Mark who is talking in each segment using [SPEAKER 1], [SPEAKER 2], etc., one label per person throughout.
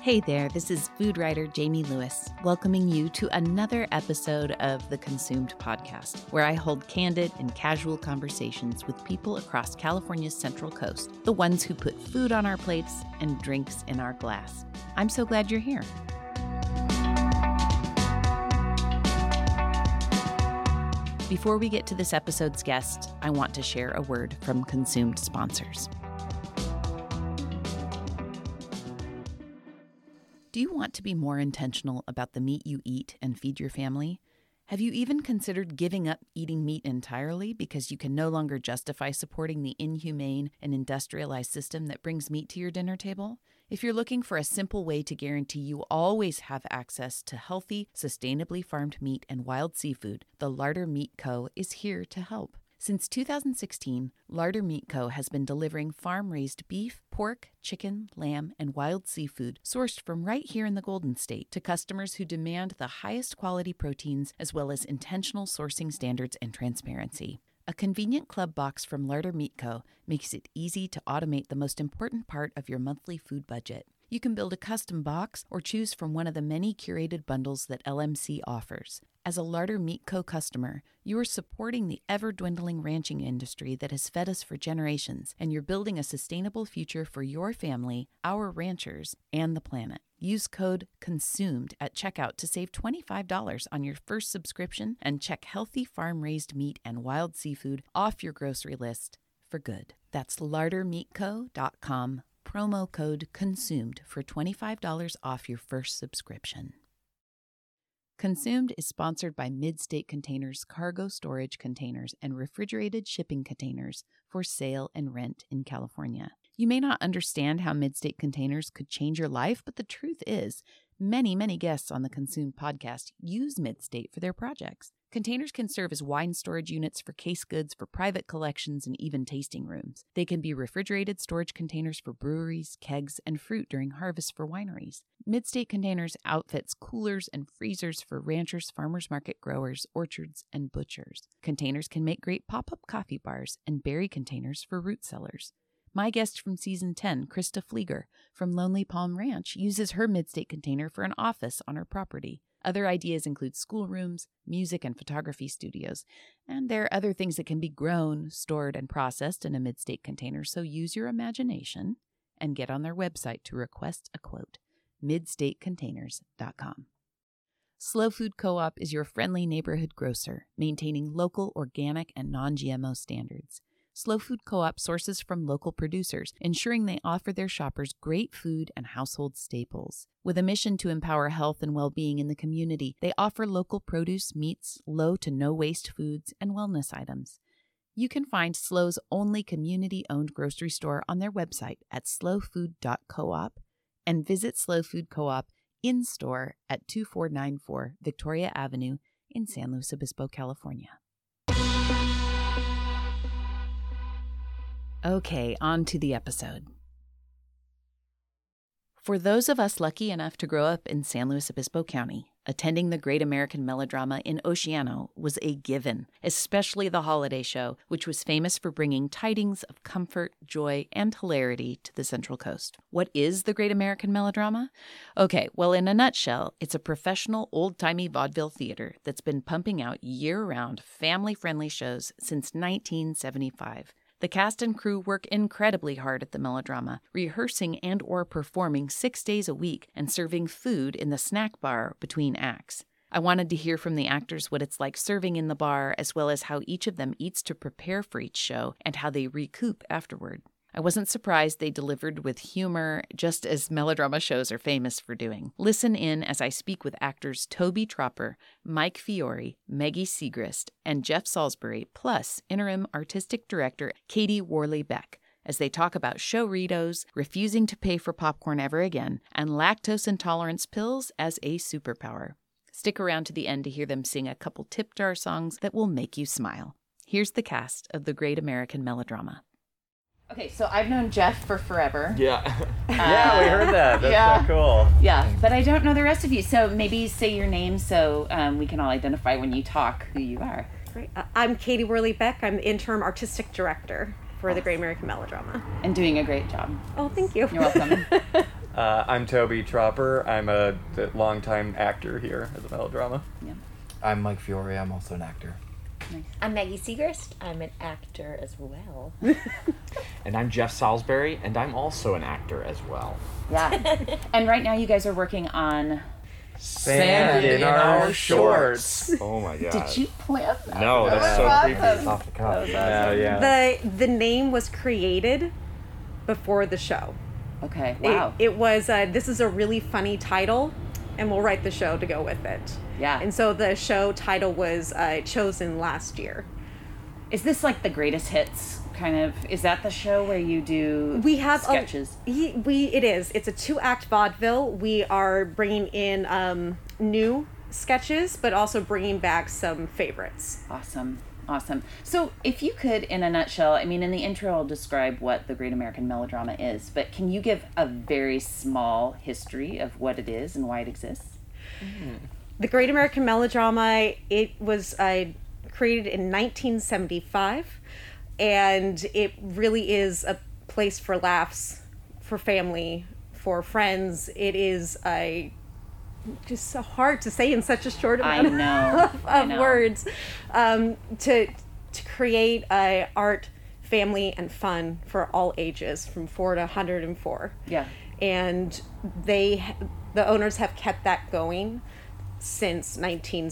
[SPEAKER 1] Hey there, this is food writer Jamie Lewis, welcoming you to another episode of the Consumed Podcast, where I hold candid and casual conversations with people across California's Central Coast, the ones who put food on our plates and drinks in our glass. I'm so glad you're here. Before we get to this episode's guest, I want to share a word from Consumed sponsors. Do you want to be more intentional about the meat you eat and feed your family? Have you even considered giving up eating meat entirely because you can no longer justify supporting the inhumane and industrialized system that brings meat to your dinner table? If you're looking for a simple way to guarantee you always have access to healthy, sustainably farmed meat and wild seafood, the Larder Meat Co. is here to help. Since 2016, Larder Meat Co. has been delivering farm raised beef, pork, chicken, lamb, and wild seafood sourced from right here in the Golden State to customers who demand the highest quality proteins as well as intentional sourcing standards and transparency. A convenient club box from Larder Meat Co. makes it easy to automate the most important part of your monthly food budget. You can build a custom box or choose from one of the many curated bundles that LMC offers. As a Larder Meat Co. customer, you are supporting the ever dwindling ranching industry that has fed us for generations, and you're building a sustainable future for your family, our ranchers, and the planet. Use code CONSUMED at checkout to save $25 on your first subscription and check healthy farm raised meat and wild seafood off your grocery list for good. That's lardermeatco.com promo code CONSUMED for $25 off your first subscription. Consumed is sponsored by Midstate Containers cargo storage containers and refrigerated shipping containers for sale and rent in California. You may not understand how Midstate Containers could change your life, but the truth is, many, many guests on the Consumed podcast use Midstate for their projects. Containers can serve as wine storage units for case goods, for private collections, and even tasting rooms. They can be refrigerated storage containers for breweries, kegs, and fruit during harvest for wineries. Midstate Containers outfits coolers and freezers for ranchers, farmers market growers, orchards, and butchers. Containers can make great pop up coffee bars and berry containers for root sellers. My guest from season 10, Krista Flieger from Lonely Palm Ranch, uses her midstate container for an office on her property. Other ideas include schoolrooms, music and photography studios, and there are other things that can be grown, stored, and processed in a midstate container, so use your imagination and get on their website to request a quote midstatecontainers.com. Slow Food Co op is your friendly neighborhood grocer, maintaining local, organic, and non GMO standards. Slow Food Co op sources from local producers, ensuring they offer their shoppers great food and household staples. With a mission to empower health and well being in the community, they offer local produce, meats, low to no waste foods, and wellness items. You can find Slow's only community owned grocery store on their website at slowfood.coop and visit Slow Food Co op in store at 2494 Victoria Avenue in San Luis Obispo, California. Okay, on to the episode. For those of us lucky enough to grow up in San Luis Obispo County, attending the Great American Melodrama in Oceano was a given, especially the holiday show, which was famous for bringing tidings of comfort, joy, and hilarity to the Central Coast. What is the Great American Melodrama? Okay, well, in a nutshell, it's a professional old timey vaudeville theater that's been pumping out year round, family friendly shows since 1975. The cast and crew work incredibly hard at the melodrama, rehearsing and or performing 6 days a week and serving food in the snack bar between acts. I wanted to hear from the actors what it's like serving in the bar as well as how each of them eats to prepare for each show and how they recoup afterward. I wasn't surprised they delivered with humor, just as melodrama shows are famous for doing. Listen in as I speak with actors Toby Tropper, Mike Fiore, Maggie Segrist, and Jeff Salisbury, plus interim artistic director Katie Worley Beck, as they talk about showritos, refusing to pay for popcorn ever again, and lactose intolerance pills as a superpower. Stick around to the end to hear them sing a couple tip jar songs that will make you smile. Here's the cast of the Great American Melodrama. Okay, so I've known Jeff for forever.
[SPEAKER 2] Yeah.
[SPEAKER 3] yeah, we heard that. That's
[SPEAKER 1] yeah.
[SPEAKER 3] so cool.
[SPEAKER 1] Yeah, but I don't know the rest of you. So maybe say your name so um, we can all identify when you talk who you are.
[SPEAKER 4] Great. Uh, I'm Katie Worley Beck. I'm interim artistic director for the Great American Melodrama.
[SPEAKER 1] And doing a great job.
[SPEAKER 4] Oh, thank you.
[SPEAKER 1] You're welcome.
[SPEAKER 3] Uh, I'm Toby Tropper. I'm a th- longtime actor here at the Melodrama.
[SPEAKER 2] I'm Mike Fiore. I'm also an actor.
[SPEAKER 5] I'm Maggie Segrist. I'm an actor as well.
[SPEAKER 6] And I'm Jeff Salisbury, and I'm also an actor as well.
[SPEAKER 7] Yeah. and right now, you guys are working on.
[SPEAKER 2] Sand in our shorts.
[SPEAKER 6] Oh my god.
[SPEAKER 7] Did you plan that?
[SPEAKER 6] No, that's so creepy. Oh,
[SPEAKER 2] Off the cuff.
[SPEAKER 3] Yeah, yeah.
[SPEAKER 4] The Uh, the name was created before the show.
[SPEAKER 7] Okay.
[SPEAKER 4] It-
[SPEAKER 7] Wow.
[SPEAKER 4] It, was uh, this is a really funny title, and we'll write the show to go with it.
[SPEAKER 7] Yeah.
[SPEAKER 4] And so the show title was uh, chosen last year.
[SPEAKER 7] Is this like the greatest hits kind of? Is that the show where you do
[SPEAKER 4] We have a-
[SPEAKER 7] sketches?
[SPEAKER 4] ye- we it is. It's a two act vaudeville. We are bringing in um, new sketches, but also bringing back some favorites.
[SPEAKER 7] Awesome. Awesome. So, if you could, in a nutshell, I mean, in the intro, I'll describe what the Great American Melodrama is, but can you give a very small history of what it is and why it exists?
[SPEAKER 4] The Great American Melodrama, it was uh, created in 1975, and it really is a place for laughs, for family, for friends. It is a just so hard to say in such a short
[SPEAKER 7] I
[SPEAKER 4] amount
[SPEAKER 7] know,
[SPEAKER 4] of,
[SPEAKER 7] I
[SPEAKER 4] of
[SPEAKER 7] know.
[SPEAKER 4] words um, to to create uh, art, family, and fun for all ages, from four to 104
[SPEAKER 7] Yeah.
[SPEAKER 4] and they the owners have kept that going since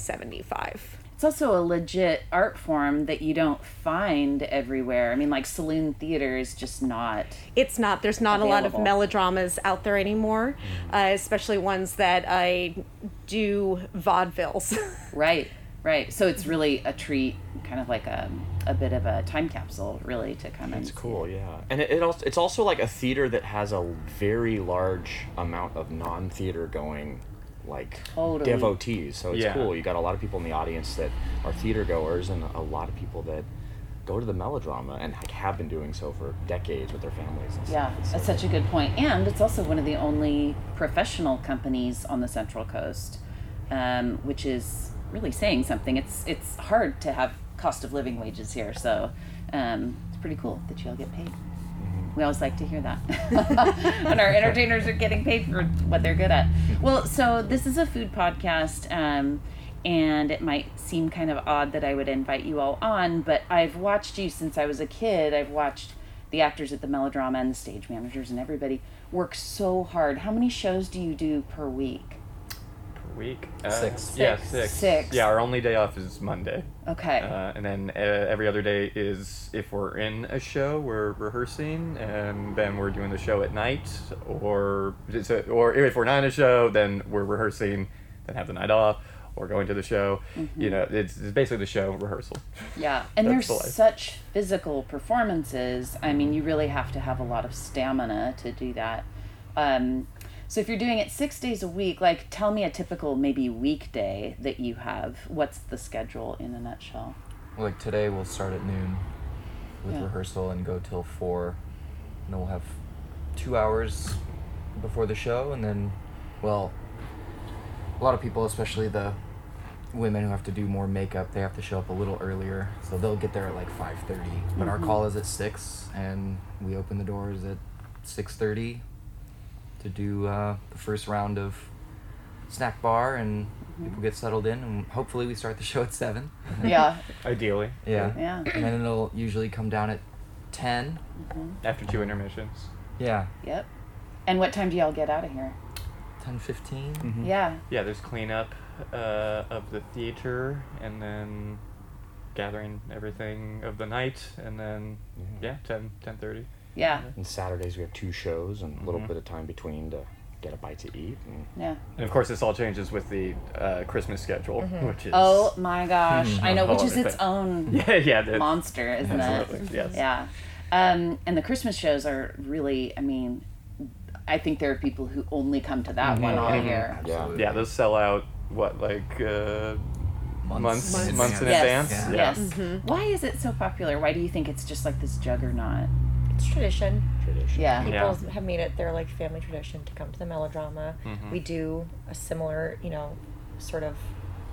[SPEAKER 4] 1975
[SPEAKER 7] It's also a legit art form that you don't find everywhere. I mean, like saloon theater is just not.
[SPEAKER 4] it's not there's not a lot of
[SPEAKER 7] Available.
[SPEAKER 4] melodramas out there
[SPEAKER 3] Mm.
[SPEAKER 4] anymore uh, especially ones that i do vaudevilles
[SPEAKER 7] Right, right. So, it's really a treat, kind of like a, a bit of a time capsule, really, to come
[SPEAKER 6] It's
[SPEAKER 7] and
[SPEAKER 6] cool, yeah. And it, it also it's also like a theater that has a very large amount of non-theater going like
[SPEAKER 7] Totally.
[SPEAKER 6] devotees. So it's
[SPEAKER 3] Yeah.
[SPEAKER 6] cool. You got a lot of people in the audience that are theater goers and a lot of people that go to the melodrama and like, have been doing so for decades with their families. And
[SPEAKER 7] Yeah,
[SPEAKER 6] stuff.
[SPEAKER 7] that's such a good point. And it's also one of the only professional companies on the Central Coast, um, which is really saying something. It's it's hard to have cost of living wages here, so um, it's pretty cool that you all get paid. We always like to hear that when our entertainers are getting paid for what they're good at. Well, so this is a food podcast, um, and it might seem kind of odd that I would invite you all on, but I've watched you since I was a kid. I've watched the actors at the melodrama and the stage managers and everybody work so hard. How many shows do you do per week?
[SPEAKER 3] Per week. Uh,
[SPEAKER 2] Six.
[SPEAKER 3] Yeah, six.
[SPEAKER 7] Six.
[SPEAKER 3] Yeah, our only day off is Monday.
[SPEAKER 7] Okay.
[SPEAKER 3] Uh, and then uh, every other day is if we're in a show, we're rehearsing, and then we're doing the show at night. Or so- or if we're not in a show, then we're rehearsing, then have the night off, or going to the show.
[SPEAKER 2] Mm-hmm.
[SPEAKER 3] You know, it's, it's basically the show rehearsal.
[SPEAKER 7] Yeah, and
[SPEAKER 3] That's
[SPEAKER 7] there's
[SPEAKER 3] the life.
[SPEAKER 7] such physical performances. I mean, you really have to have a lot of stamina to do that. Um, so if you're doing it six days a week, like tell me a typical maybe weekday that you have. What's the schedule in a nutshell?
[SPEAKER 2] Like today, we'll start at noon with
[SPEAKER 7] Yeah.
[SPEAKER 2] rehearsal and go till four. And then we'll have two hours before the show, and then, well, a lot of people, especially the women who have to do more makeup, they have to show up a little earlier, so they'll get there at like five thirty. But our call is at six, and we open the doors at six thirty to do uh, the first round of snack bar, and people get settled in, and hopefully we start the show at seven.
[SPEAKER 7] Yeah,
[SPEAKER 3] Ideally.
[SPEAKER 2] Yeah.
[SPEAKER 7] Yeah.
[SPEAKER 2] And then it'll usually come down at 10.
[SPEAKER 3] After two intermissions.
[SPEAKER 2] Yeah.
[SPEAKER 7] yep. And what time do y'all get out of here?
[SPEAKER 2] 10, 15.
[SPEAKER 3] Mm.
[SPEAKER 7] Yeah,
[SPEAKER 3] Yeah, there's cleanup uh, of the theater, and then gathering everything of the night, and then yeah, ten ten thirty.
[SPEAKER 7] yeah,
[SPEAKER 6] And Saturdays we have two shows and a little bit of time between to get a bite to eat. And
[SPEAKER 7] yeah.
[SPEAKER 3] And of course, this all changes with the uh, Christmas schedule, which is
[SPEAKER 7] Oh my gosh, I know, which is
[SPEAKER 3] Hmm. Holiday.
[SPEAKER 7] its own
[SPEAKER 3] yeah, yeah, the-
[SPEAKER 7] monster, isn't it?
[SPEAKER 3] absolutely, yes.
[SPEAKER 7] Yeah. Um, and the Christmas shows are really, I mean, I think there are people who only come to that one
[SPEAKER 3] Mm-hmm.
[SPEAKER 7] all
[SPEAKER 2] Mm-hmm.
[SPEAKER 7] year.
[SPEAKER 6] yeah.
[SPEAKER 3] Yeah, those sell out what like uh, months months,
[SPEAKER 2] Months.
[SPEAKER 3] in
[SPEAKER 7] Yes.
[SPEAKER 3] advance.
[SPEAKER 2] Yeah.
[SPEAKER 7] Yes. Why is it so popular? Why do you think it's just like this juggernaut?
[SPEAKER 5] It's tradition.
[SPEAKER 6] Tradition.
[SPEAKER 7] Yeah.
[SPEAKER 5] People have made it their like family tradition to come to the melodrama. We do a similar, you know, sort of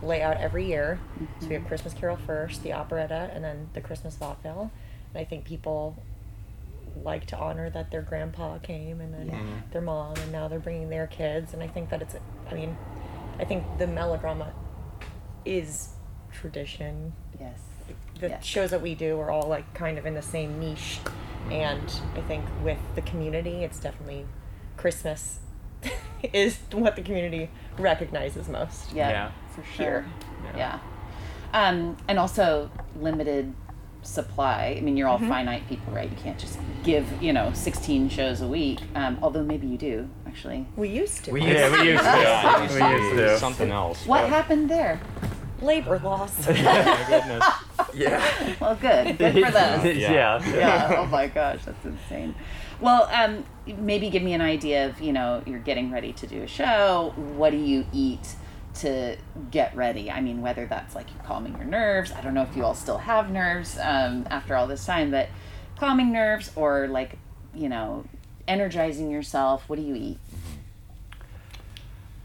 [SPEAKER 5] layout every year. So we have Christmas Carol first, the operetta, and then the Christmas vaudeville. And I think people like to honor that their grandpa came and then
[SPEAKER 1] Yeah.
[SPEAKER 5] their mom and now they're bringing their kids and I think that it's I mean I think the melodrama is tradition
[SPEAKER 1] Yes.
[SPEAKER 5] the
[SPEAKER 1] Yes.
[SPEAKER 5] shows that we do are all like kind of in the same niche and i think with the community it's definitely christmas is what the community recognizes most
[SPEAKER 1] Yeah,
[SPEAKER 3] Yeah.
[SPEAKER 1] for sure.
[SPEAKER 5] Here.
[SPEAKER 1] Yeah. Um, and also limited supply. I mean, you're all finite people, right? You can't just give, you know, 16 shows a week. Um, although maybe you do, actually.
[SPEAKER 5] we used to
[SPEAKER 2] We used
[SPEAKER 3] Yeah, we used to.
[SPEAKER 6] It's
[SPEAKER 3] we used to.
[SPEAKER 6] Something else.
[SPEAKER 1] What happened there?
[SPEAKER 5] labor laws
[SPEAKER 6] My goodness.
[SPEAKER 2] Yeah.
[SPEAKER 1] Well, good. Good for those.
[SPEAKER 3] yeah.
[SPEAKER 1] yeah. Oh my gosh, that's insane. Well, um, maybe give me an idea of you know you're getting ready to do a show. What do you eat to get ready? I mean, whether that's like calming your nerves. I don't know if you all still have nerves um, after all this time, but calming nerves or like you know energizing yourself. What do you eat?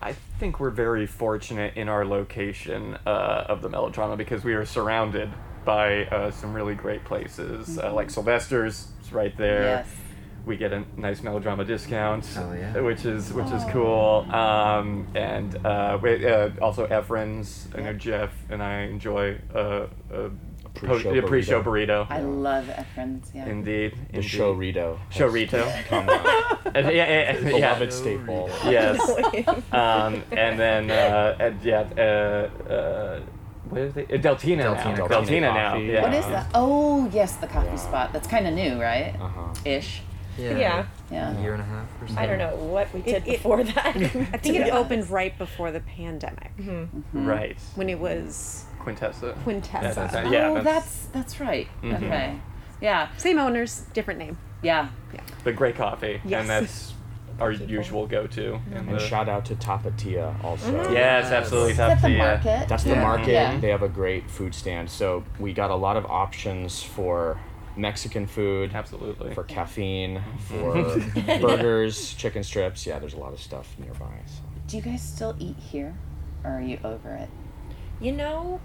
[SPEAKER 3] I think we're very fortunate in our location uh, of the melodrama because we are surrounded by uh, some really great places, uh, like Sylvester's. It's right there.
[SPEAKER 1] Mm-hmm. Yes.
[SPEAKER 3] We get a nice melodrama discount,
[SPEAKER 2] Oh, yeah.
[SPEAKER 3] which is which
[SPEAKER 1] Oh.
[SPEAKER 3] is cool. Um, and uh, we, uh, also Efren's. I know Jeff and I enjoy uh, a,
[SPEAKER 6] pre-show
[SPEAKER 3] po- a pre-show burrito.
[SPEAKER 1] I love Efren's. Yeah.
[SPEAKER 3] Indeed,
[SPEAKER 6] The
[SPEAKER 3] indeed.
[SPEAKER 6] Shorito.
[SPEAKER 3] Shorito.
[SPEAKER 6] Come on.
[SPEAKER 3] And- yeah, yeah, yeah.
[SPEAKER 6] Beloved staple.
[SPEAKER 3] Yes. um, and then uh, and, yeah, uh, uh, what is it? Uh, Deltina, now.
[SPEAKER 2] Deltina.
[SPEAKER 6] Deltina
[SPEAKER 3] Deltina now.
[SPEAKER 6] coffee.
[SPEAKER 3] Yeah.
[SPEAKER 1] What is that? Oh yes, the coffee
[SPEAKER 6] Yeah.
[SPEAKER 1] spot. That's kind of new, right?
[SPEAKER 6] Uh-huh.
[SPEAKER 1] Ish.
[SPEAKER 2] Yeah.
[SPEAKER 5] yeah
[SPEAKER 1] Yeah.
[SPEAKER 2] A year and a half or something.
[SPEAKER 5] i don't know what we did
[SPEAKER 4] It- it-
[SPEAKER 5] before that
[SPEAKER 4] I think it opened right before the pandemic
[SPEAKER 7] Mm-hmm.
[SPEAKER 3] Right.
[SPEAKER 4] when it was
[SPEAKER 3] Quintessa.
[SPEAKER 4] Quintessa.
[SPEAKER 3] That's- that's- yeah,
[SPEAKER 1] oh,
[SPEAKER 3] that's,
[SPEAKER 1] that's that's right.
[SPEAKER 6] Mm-hmm.
[SPEAKER 1] Okay. Yeah.
[SPEAKER 4] same owners, different name.
[SPEAKER 1] Yeah.
[SPEAKER 3] the gray coffee,
[SPEAKER 4] Yes.
[SPEAKER 3] and that's our usual go-to. in
[SPEAKER 6] And
[SPEAKER 3] the-
[SPEAKER 6] shout out to Tapatia also.
[SPEAKER 3] yes, absolutely. uh,
[SPEAKER 1] Is that the
[SPEAKER 3] Tapia.
[SPEAKER 1] market?
[SPEAKER 6] That's the
[SPEAKER 2] Yeah.
[SPEAKER 6] market.
[SPEAKER 1] Yeah.
[SPEAKER 6] They have a great food stand. So we got a lot of options for Mexican food,
[SPEAKER 3] Absolutely.
[SPEAKER 6] for caffeine, for burgers, chicken strips. Yeah, there's a lot of stuff nearby. So.
[SPEAKER 1] Do you guys still eat here, or are you over it?
[SPEAKER 5] you know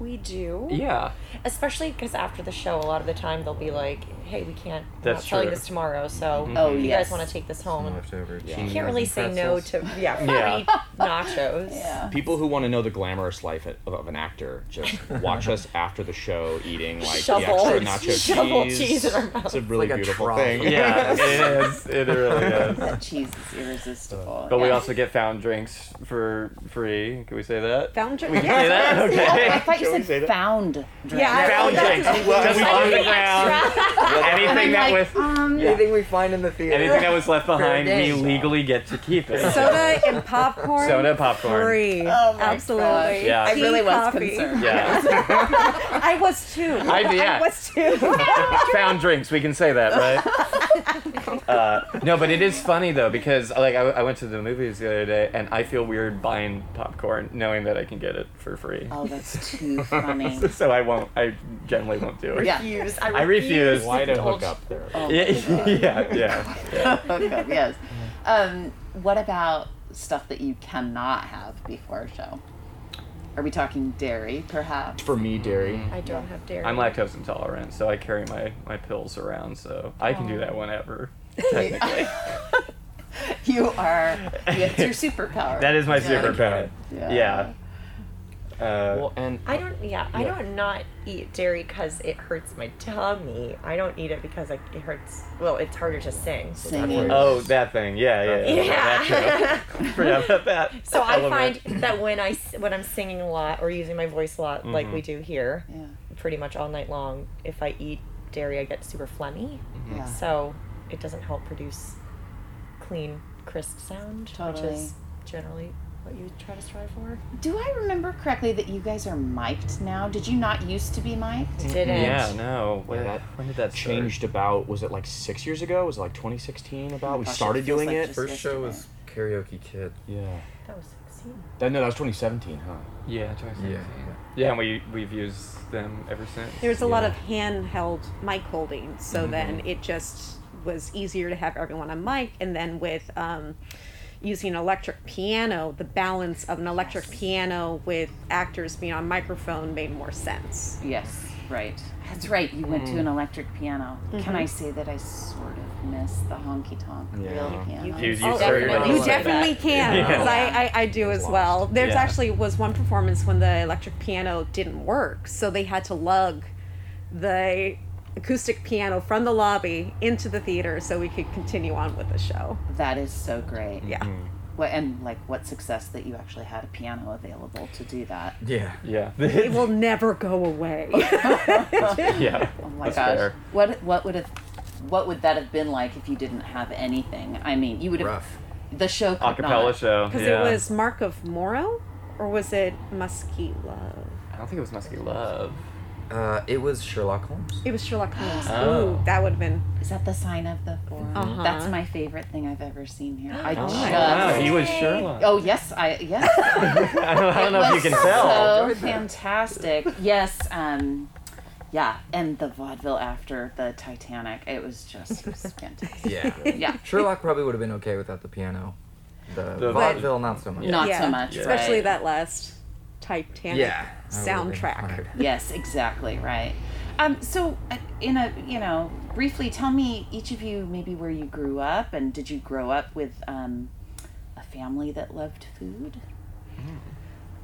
[SPEAKER 5] we do
[SPEAKER 3] yeah.
[SPEAKER 5] especially because after the show a lot of the time they'll be like hey we can't we're
[SPEAKER 3] That's
[SPEAKER 5] not selling
[SPEAKER 3] true. Mm-hmm.
[SPEAKER 5] this tomorrow so
[SPEAKER 1] Oh,
[SPEAKER 5] if you
[SPEAKER 1] yes.
[SPEAKER 5] guys want to take this home and
[SPEAKER 2] Leftover.
[SPEAKER 6] Yeah.
[SPEAKER 5] you
[SPEAKER 2] cheese
[SPEAKER 5] can't really
[SPEAKER 2] and
[SPEAKER 5] say no
[SPEAKER 2] pretzels.
[SPEAKER 5] to yeah free
[SPEAKER 3] Yeah.
[SPEAKER 5] nachos
[SPEAKER 6] People who want to know the glamorous life of- of an actor, just watch us after the show eating like
[SPEAKER 5] Shovel.
[SPEAKER 6] the extra nacho
[SPEAKER 5] Shovel
[SPEAKER 6] cheese.
[SPEAKER 5] cheese in our mouth.
[SPEAKER 6] It's a really
[SPEAKER 2] Like a
[SPEAKER 6] beautiful
[SPEAKER 2] trough.
[SPEAKER 6] thing.
[SPEAKER 3] Yeah. it is. It really is.
[SPEAKER 1] That cheese is irresistible.
[SPEAKER 3] But we
[SPEAKER 1] Yeah.
[SPEAKER 3] also get found drinks for free. Can we say that?
[SPEAKER 4] Fountain drink.
[SPEAKER 3] we can say that.
[SPEAKER 1] Oh,
[SPEAKER 3] Okay.
[SPEAKER 1] I thought
[SPEAKER 6] Can we
[SPEAKER 1] you
[SPEAKER 6] say
[SPEAKER 1] said
[SPEAKER 6] that?
[SPEAKER 1] found drink.
[SPEAKER 4] Yeah, I-
[SPEAKER 3] Found
[SPEAKER 4] that's
[SPEAKER 3] drinks.
[SPEAKER 4] what-
[SPEAKER 3] Just on the ground. Anything that
[SPEAKER 1] Like,
[SPEAKER 3] was
[SPEAKER 1] um,
[SPEAKER 2] Anything we find in the theater.
[SPEAKER 3] anything that was left behind, we
[SPEAKER 2] game.
[SPEAKER 3] legally get to keep it.
[SPEAKER 4] Soda and popcorn.
[SPEAKER 3] Soda, popcorn.
[SPEAKER 4] Free.
[SPEAKER 1] Oh my
[SPEAKER 4] Absolutely.
[SPEAKER 1] gosh.
[SPEAKER 3] Yeah.
[SPEAKER 1] I
[SPEAKER 4] Tea,
[SPEAKER 1] really was
[SPEAKER 4] coffee.
[SPEAKER 1] concerned.
[SPEAKER 3] Yeah.
[SPEAKER 4] I was too.
[SPEAKER 3] I- yeah.
[SPEAKER 4] I was too.
[SPEAKER 3] Found drinks. We can say that, right? Uh, no, but it is funny though because like I, I went to the movies the other day and I feel weird buying popcorn knowing that I can get it for free.
[SPEAKER 1] Oh, that's too funny.
[SPEAKER 3] So I won't. I generally won't do it.
[SPEAKER 1] Yeah.
[SPEAKER 5] Refuse.
[SPEAKER 3] I refuse.
[SPEAKER 6] Why to hook up there?
[SPEAKER 3] Yeah, yeah, yeah.
[SPEAKER 1] Okay, yes. Um, what about stuff that you cannot have before a show? Are we talking dairy, perhaps?
[SPEAKER 6] For me, dairy.
[SPEAKER 5] I don't have dairy.
[SPEAKER 3] I'm lactose intolerant, so I carry my, my pills around, so I can do that
[SPEAKER 4] Oh.
[SPEAKER 3] whenever. Technically,
[SPEAKER 1] You are. It's your superpower.
[SPEAKER 3] that is my
[SPEAKER 1] Yeah.
[SPEAKER 3] superpower. Yeah. Uh,
[SPEAKER 6] Well, and
[SPEAKER 5] I don't. Yeah, I don't not eat dairy because it hurts my tummy. I don't eat it because like, it hurts. Well, it's harder to sing. So,
[SPEAKER 1] Same.
[SPEAKER 6] That's right.
[SPEAKER 3] Oh, that thing. Yeah, yeah. Yeah.
[SPEAKER 5] Yeah.
[SPEAKER 3] that too. Forgot about that.
[SPEAKER 5] so I
[SPEAKER 3] element.
[SPEAKER 5] find that when I s- when I'm singing a lot or using my voice a lot, like we do here,
[SPEAKER 1] Yeah.
[SPEAKER 6] Mm-hmm.
[SPEAKER 5] pretty much all night long, if I eat dairy, I get super phlegmy.
[SPEAKER 7] Mm-hmm.
[SPEAKER 1] Yeah.
[SPEAKER 5] So it doesn't help produce clean, crisp sound,
[SPEAKER 1] Totally.
[SPEAKER 5] which is generally what you try to strive for.
[SPEAKER 1] Do I remember correctly that you guys are mic'd now? Did you not used to be mic'd?
[SPEAKER 5] Didn't.
[SPEAKER 3] Yeah. No. When,
[SPEAKER 6] that
[SPEAKER 3] when did that start?
[SPEAKER 6] changed about was it like six years ago? Was it like 2016? About we
[SPEAKER 1] gosh, it
[SPEAKER 6] started
[SPEAKER 1] feels
[SPEAKER 6] doing
[SPEAKER 1] like
[SPEAKER 6] it.
[SPEAKER 1] just-
[SPEAKER 2] First show was Karaoke Kid.
[SPEAKER 6] Yeah.
[SPEAKER 5] That was 16.
[SPEAKER 6] That, no, that was 2017, huh?
[SPEAKER 3] Yeah, 2017.
[SPEAKER 2] Yeah.
[SPEAKER 3] Yeah, and we we've used them ever since.
[SPEAKER 4] There was a lot of handheld mic holding, so
[SPEAKER 3] Mm-hmm.
[SPEAKER 4] then it just was easier to have everyone on mic. And then with um, using an electric piano, the balance of an electric piano with actors being on microphone made more sense.
[SPEAKER 1] Yes.
[SPEAKER 7] Right. That's right. You went
[SPEAKER 3] Hmm.
[SPEAKER 7] to an electric piano. Can I say that I sort of miss the honky tonk
[SPEAKER 6] Yeah.
[SPEAKER 7] real piano?
[SPEAKER 3] You- you
[SPEAKER 4] Oh,
[SPEAKER 3] sorry,
[SPEAKER 7] definitely.
[SPEAKER 3] right?
[SPEAKER 4] You
[SPEAKER 7] like
[SPEAKER 4] definitely
[SPEAKER 7] that.
[SPEAKER 4] can.
[SPEAKER 3] Yeah.
[SPEAKER 4] 'cause I, I, I do as well. There's
[SPEAKER 3] Yeah.
[SPEAKER 4] actually was one performance when the electric piano didn't work, so they had to lug the acoustic piano from the lobby into the theater so we could continue on with the show.
[SPEAKER 7] That is so great.
[SPEAKER 4] Yeah.
[SPEAKER 7] What, and like what success that you actually had a piano available to do that.
[SPEAKER 2] Yeah.
[SPEAKER 3] Yeah.
[SPEAKER 4] It will never go away.
[SPEAKER 3] yeah.
[SPEAKER 7] Oh my
[SPEAKER 3] That's
[SPEAKER 7] gosh.
[SPEAKER 3] fair.
[SPEAKER 7] What what would have what would that have been like if you didn't have anything? I mean, you would have
[SPEAKER 2] Rough.
[SPEAKER 7] the show could
[SPEAKER 3] Acapella
[SPEAKER 7] not.
[SPEAKER 3] show.
[SPEAKER 4] Because
[SPEAKER 3] yeah.
[SPEAKER 4] it was Mark of Morrow, or was it Muskie Love?
[SPEAKER 3] I don't think it was Musky Love.
[SPEAKER 2] Uh, it was Sherlock Holmes.
[SPEAKER 4] It was Sherlock Holmes.
[SPEAKER 3] Oh.
[SPEAKER 4] Ooh, that would have been.
[SPEAKER 7] Is that the sign of the forum?
[SPEAKER 4] Uh-huh.
[SPEAKER 7] That's my favorite thing I've ever seen here. I just
[SPEAKER 3] Wow, he was Sherlock.
[SPEAKER 7] Oh yes, I yes.
[SPEAKER 3] I don't, I don't know if you can tell.
[SPEAKER 7] So fantastic. Yes, um yeah, and the vaudeville after the Titanic. It was just it was fantastic.
[SPEAKER 2] Yeah.
[SPEAKER 7] Yeah.
[SPEAKER 2] Sherlock probably would have been okay without the piano. The,
[SPEAKER 3] The-
[SPEAKER 2] vaudeville, not so much.
[SPEAKER 7] Not
[SPEAKER 4] yeah,
[SPEAKER 7] so much.
[SPEAKER 4] Especially
[SPEAKER 7] right?
[SPEAKER 4] that last Titanic
[SPEAKER 2] Yeah. that would've been
[SPEAKER 4] soundtrack.
[SPEAKER 2] hard.
[SPEAKER 7] Yes, exactly right. Um, so, uh, in a you know, briefly, tell me each of you maybe where you grew up, and did you grow up with um, a family that loved food?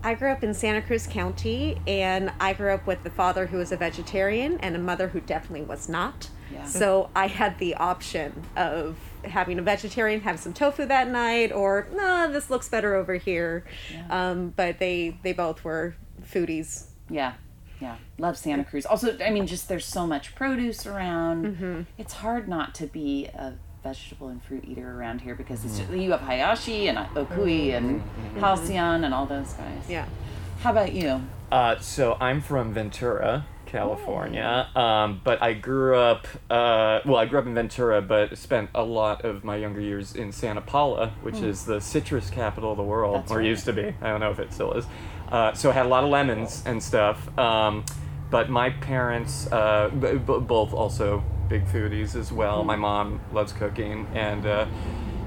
[SPEAKER 4] I grew up in Santa Cruz County, and I grew up with a father who was a vegetarian and a mother who definitely was not.
[SPEAKER 7] Yeah.
[SPEAKER 4] So I had the option of having a vegetarian have some tofu that night, or nah, this looks better over here. Um, but they they both were foodies.
[SPEAKER 7] Yeah, yeah, love Santa Cruz. Also, I mean, just there's so much produce around. It's hard not to be a vegetable and fruit eater around here because
[SPEAKER 3] Mm.
[SPEAKER 7] it's just, you have Hayashi and Okui and
[SPEAKER 3] Mm-hmm.
[SPEAKER 7] Halcyon and all those guys.
[SPEAKER 4] Yeah.
[SPEAKER 7] How about you?
[SPEAKER 3] Uh, so I'm from Ventura, California,
[SPEAKER 7] Oh.
[SPEAKER 3] um, but I grew up. Uh, well, I grew up in Ventura, but spent a lot of my younger years in Santa Paula, which is the citrus capital of the world,
[SPEAKER 7] Hmm. That's
[SPEAKER 3] or
[SPEAKER 7] right.
[SPEAKER 3] used to be. I don't know if it still is. Uh, so I had a lot of lemons and stuff. Um, but my parents, uh, b- b- both also big foodies as well.
[SPEAKER 7] Hmm.
[SPEAKER 3] My mom loves cooking, and uh,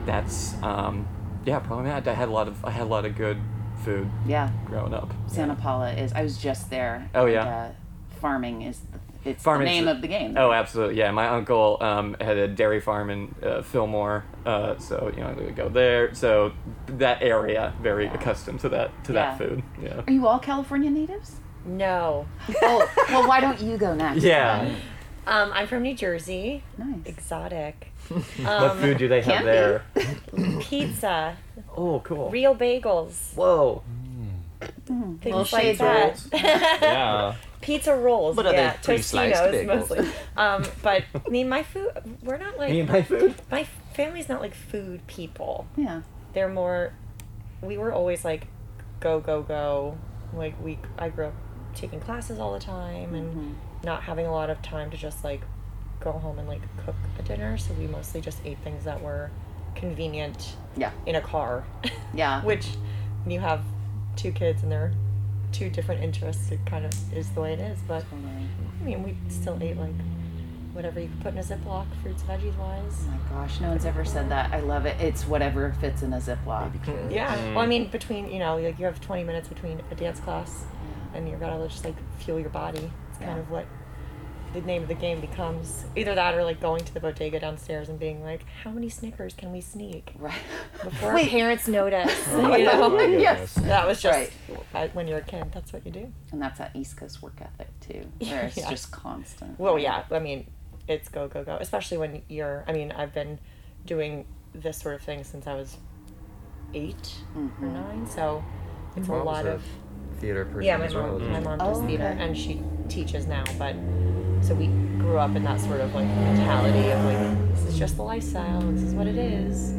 [SPEAKER 3] that's um, yeah, probably. I had a lot of I had a lot of good food
[SPEAKER 7] Yeah,
[SPEAKER 3] growing up.
[SPEAKER 7] Santa Paula is. I was just there.
[SPEAKER 3] Oh,
[SPEAKER 7] and,
[SPEAKER 3] yeah.
[SPEAKER 7] uh, farming is the, it's the
[SPEAKER 3] Farming's
[SPEAKER 7] name
[SPEAKER 3] the-
[SPEAKER 7] of the game.
[SPEAKER 3] Oh, absolutely. Yeah, my uncle um, had a dairy farm in uh, Fillmore, uh, so you know they would go there. So that area, very accustomed to that to that
[SPEAKER 7] Yeah.
[SPEAKER 3] food. Yeah.
[SPEAKER 7] Are you all California natives?
[SPEAKER 5] No.
[SPEAKER 7] oh, well, why don't you go next?
[SPEAKER 3] Yeah.
[SPEAKER 5] Um, I'm from New Jersey.
[SPEAKER 7] Nice.
[SPEAKER 5] Exotic.
[SPEAKER 7] Um,
[SPEAKER 3] what food do they
[SPEAKER 7] can't
[SPEAKER 3] have
[SPEAKER 7] be.
[SPEAKER 3] there?
[SPEAKER 5] Pizza.
[SPEAKER 3] Oh, cool.
[SPEAKER 5] Real bagels.
[SPEAKER 3] Whoa.
[SPEAKER 5] Things
[SPEAKER 7] Little
[SPEAKER 5] like
[SPEAKER 7] shades
[SPEAKER 5] that.
[SPEAKER 3] Yeah.
[SPEAKER 5] Pizza rolls.
[SPEAKER 6] What are they?
[SPEAKER 5] yeah,
[SPEAKER 6] Pretty sliced
[SPEAKER 5] Tostinos
[SPEAKER 6] bagels.
[SPEAKER 5] mostly. Um, but I mean, my food. We're not like
[SPEAKER 3] Me and my food.
[SPEAKER 5] my family's not like food people.
[SPEAKER 7] Yeah.
[SPEAKER 5] They're more. We were always like, go go go. Like we, I grew up taking classes all the time and
[SPEAKER 7] Mm-hmm.
[SPEAKER 5] not having a lot of time to just like go home and like cook a dinner. So we mostly just ate things that were convenient
[SPEAKER 7] Yeah.
[SPEAKER 5] in a car.
[SPEAKER 7] Yeah.
[SPEAKER 5] Which, when you have two kids and they're two different interests, it kind of is the way it is. But
[SPEAKER 7] Totally.
[SPEAKER 5] I mean, we still ate like whatever you could put in a Ziploc, fruits, veggies wise.
[SPEAKER 7] Oh my gosh, no one's ever said that. I love it. It's whatever fits in a Ziploc.
[SPEAKER 5] Yeah. Well, I mean, between you know, like you have 20 minutes between a dance class, and you're gotta just like fuel your body. It's kind
[SPEAKER 7] Yeah.
[SPEAKER 5] of what the name of the game becomes. Either that or like going to the bodega downstairs and being like, how many Snickers can we sneak
[SPEAKER 7] Right.
[SPEAKER 5] before our parents notice? you
[SPEAKER 6] Oh
[SPEAKER 5] know?
[SPEAKER 7] yes.
[SPEAKER 5] That was just
[SPEAKER 7] Right.
[SPEAKER 5] uh, when you're a kid. That's what you do.
[SPEAKER 7] And that's that East Coast work ethic too. Where it's
[SPEAKER 5] Yeah.
[SPEAKER 7] just constant.
[SPEAKER 5] Well, yeah. I mean, it's go go go, especially when you're. I mean, I've been doing this sort of thing since I was 8 or nine, so it's
[SPEAKER 2] Mom
[SPEAKER 5] a
[SPEAKER 2] was
[SPEAKER 5] lot
[SPEAKER 2] a
[SPEAKER 5] of.
[SPEAKER 2] Theater person
[SPEAKER 5] Yeah, my
[SPEAKER 2] as well. Mm.
[SPEAKER 5] mom. My mom
[SPEAKER 7] Oh,
[SPEAKER 5] does theater,
[SPEAKER 7] okay.
[SPEAKER 5] and she teaches now. But so we grew up in that sort of like mentality of like, this is just the lifestyle. This is what it is.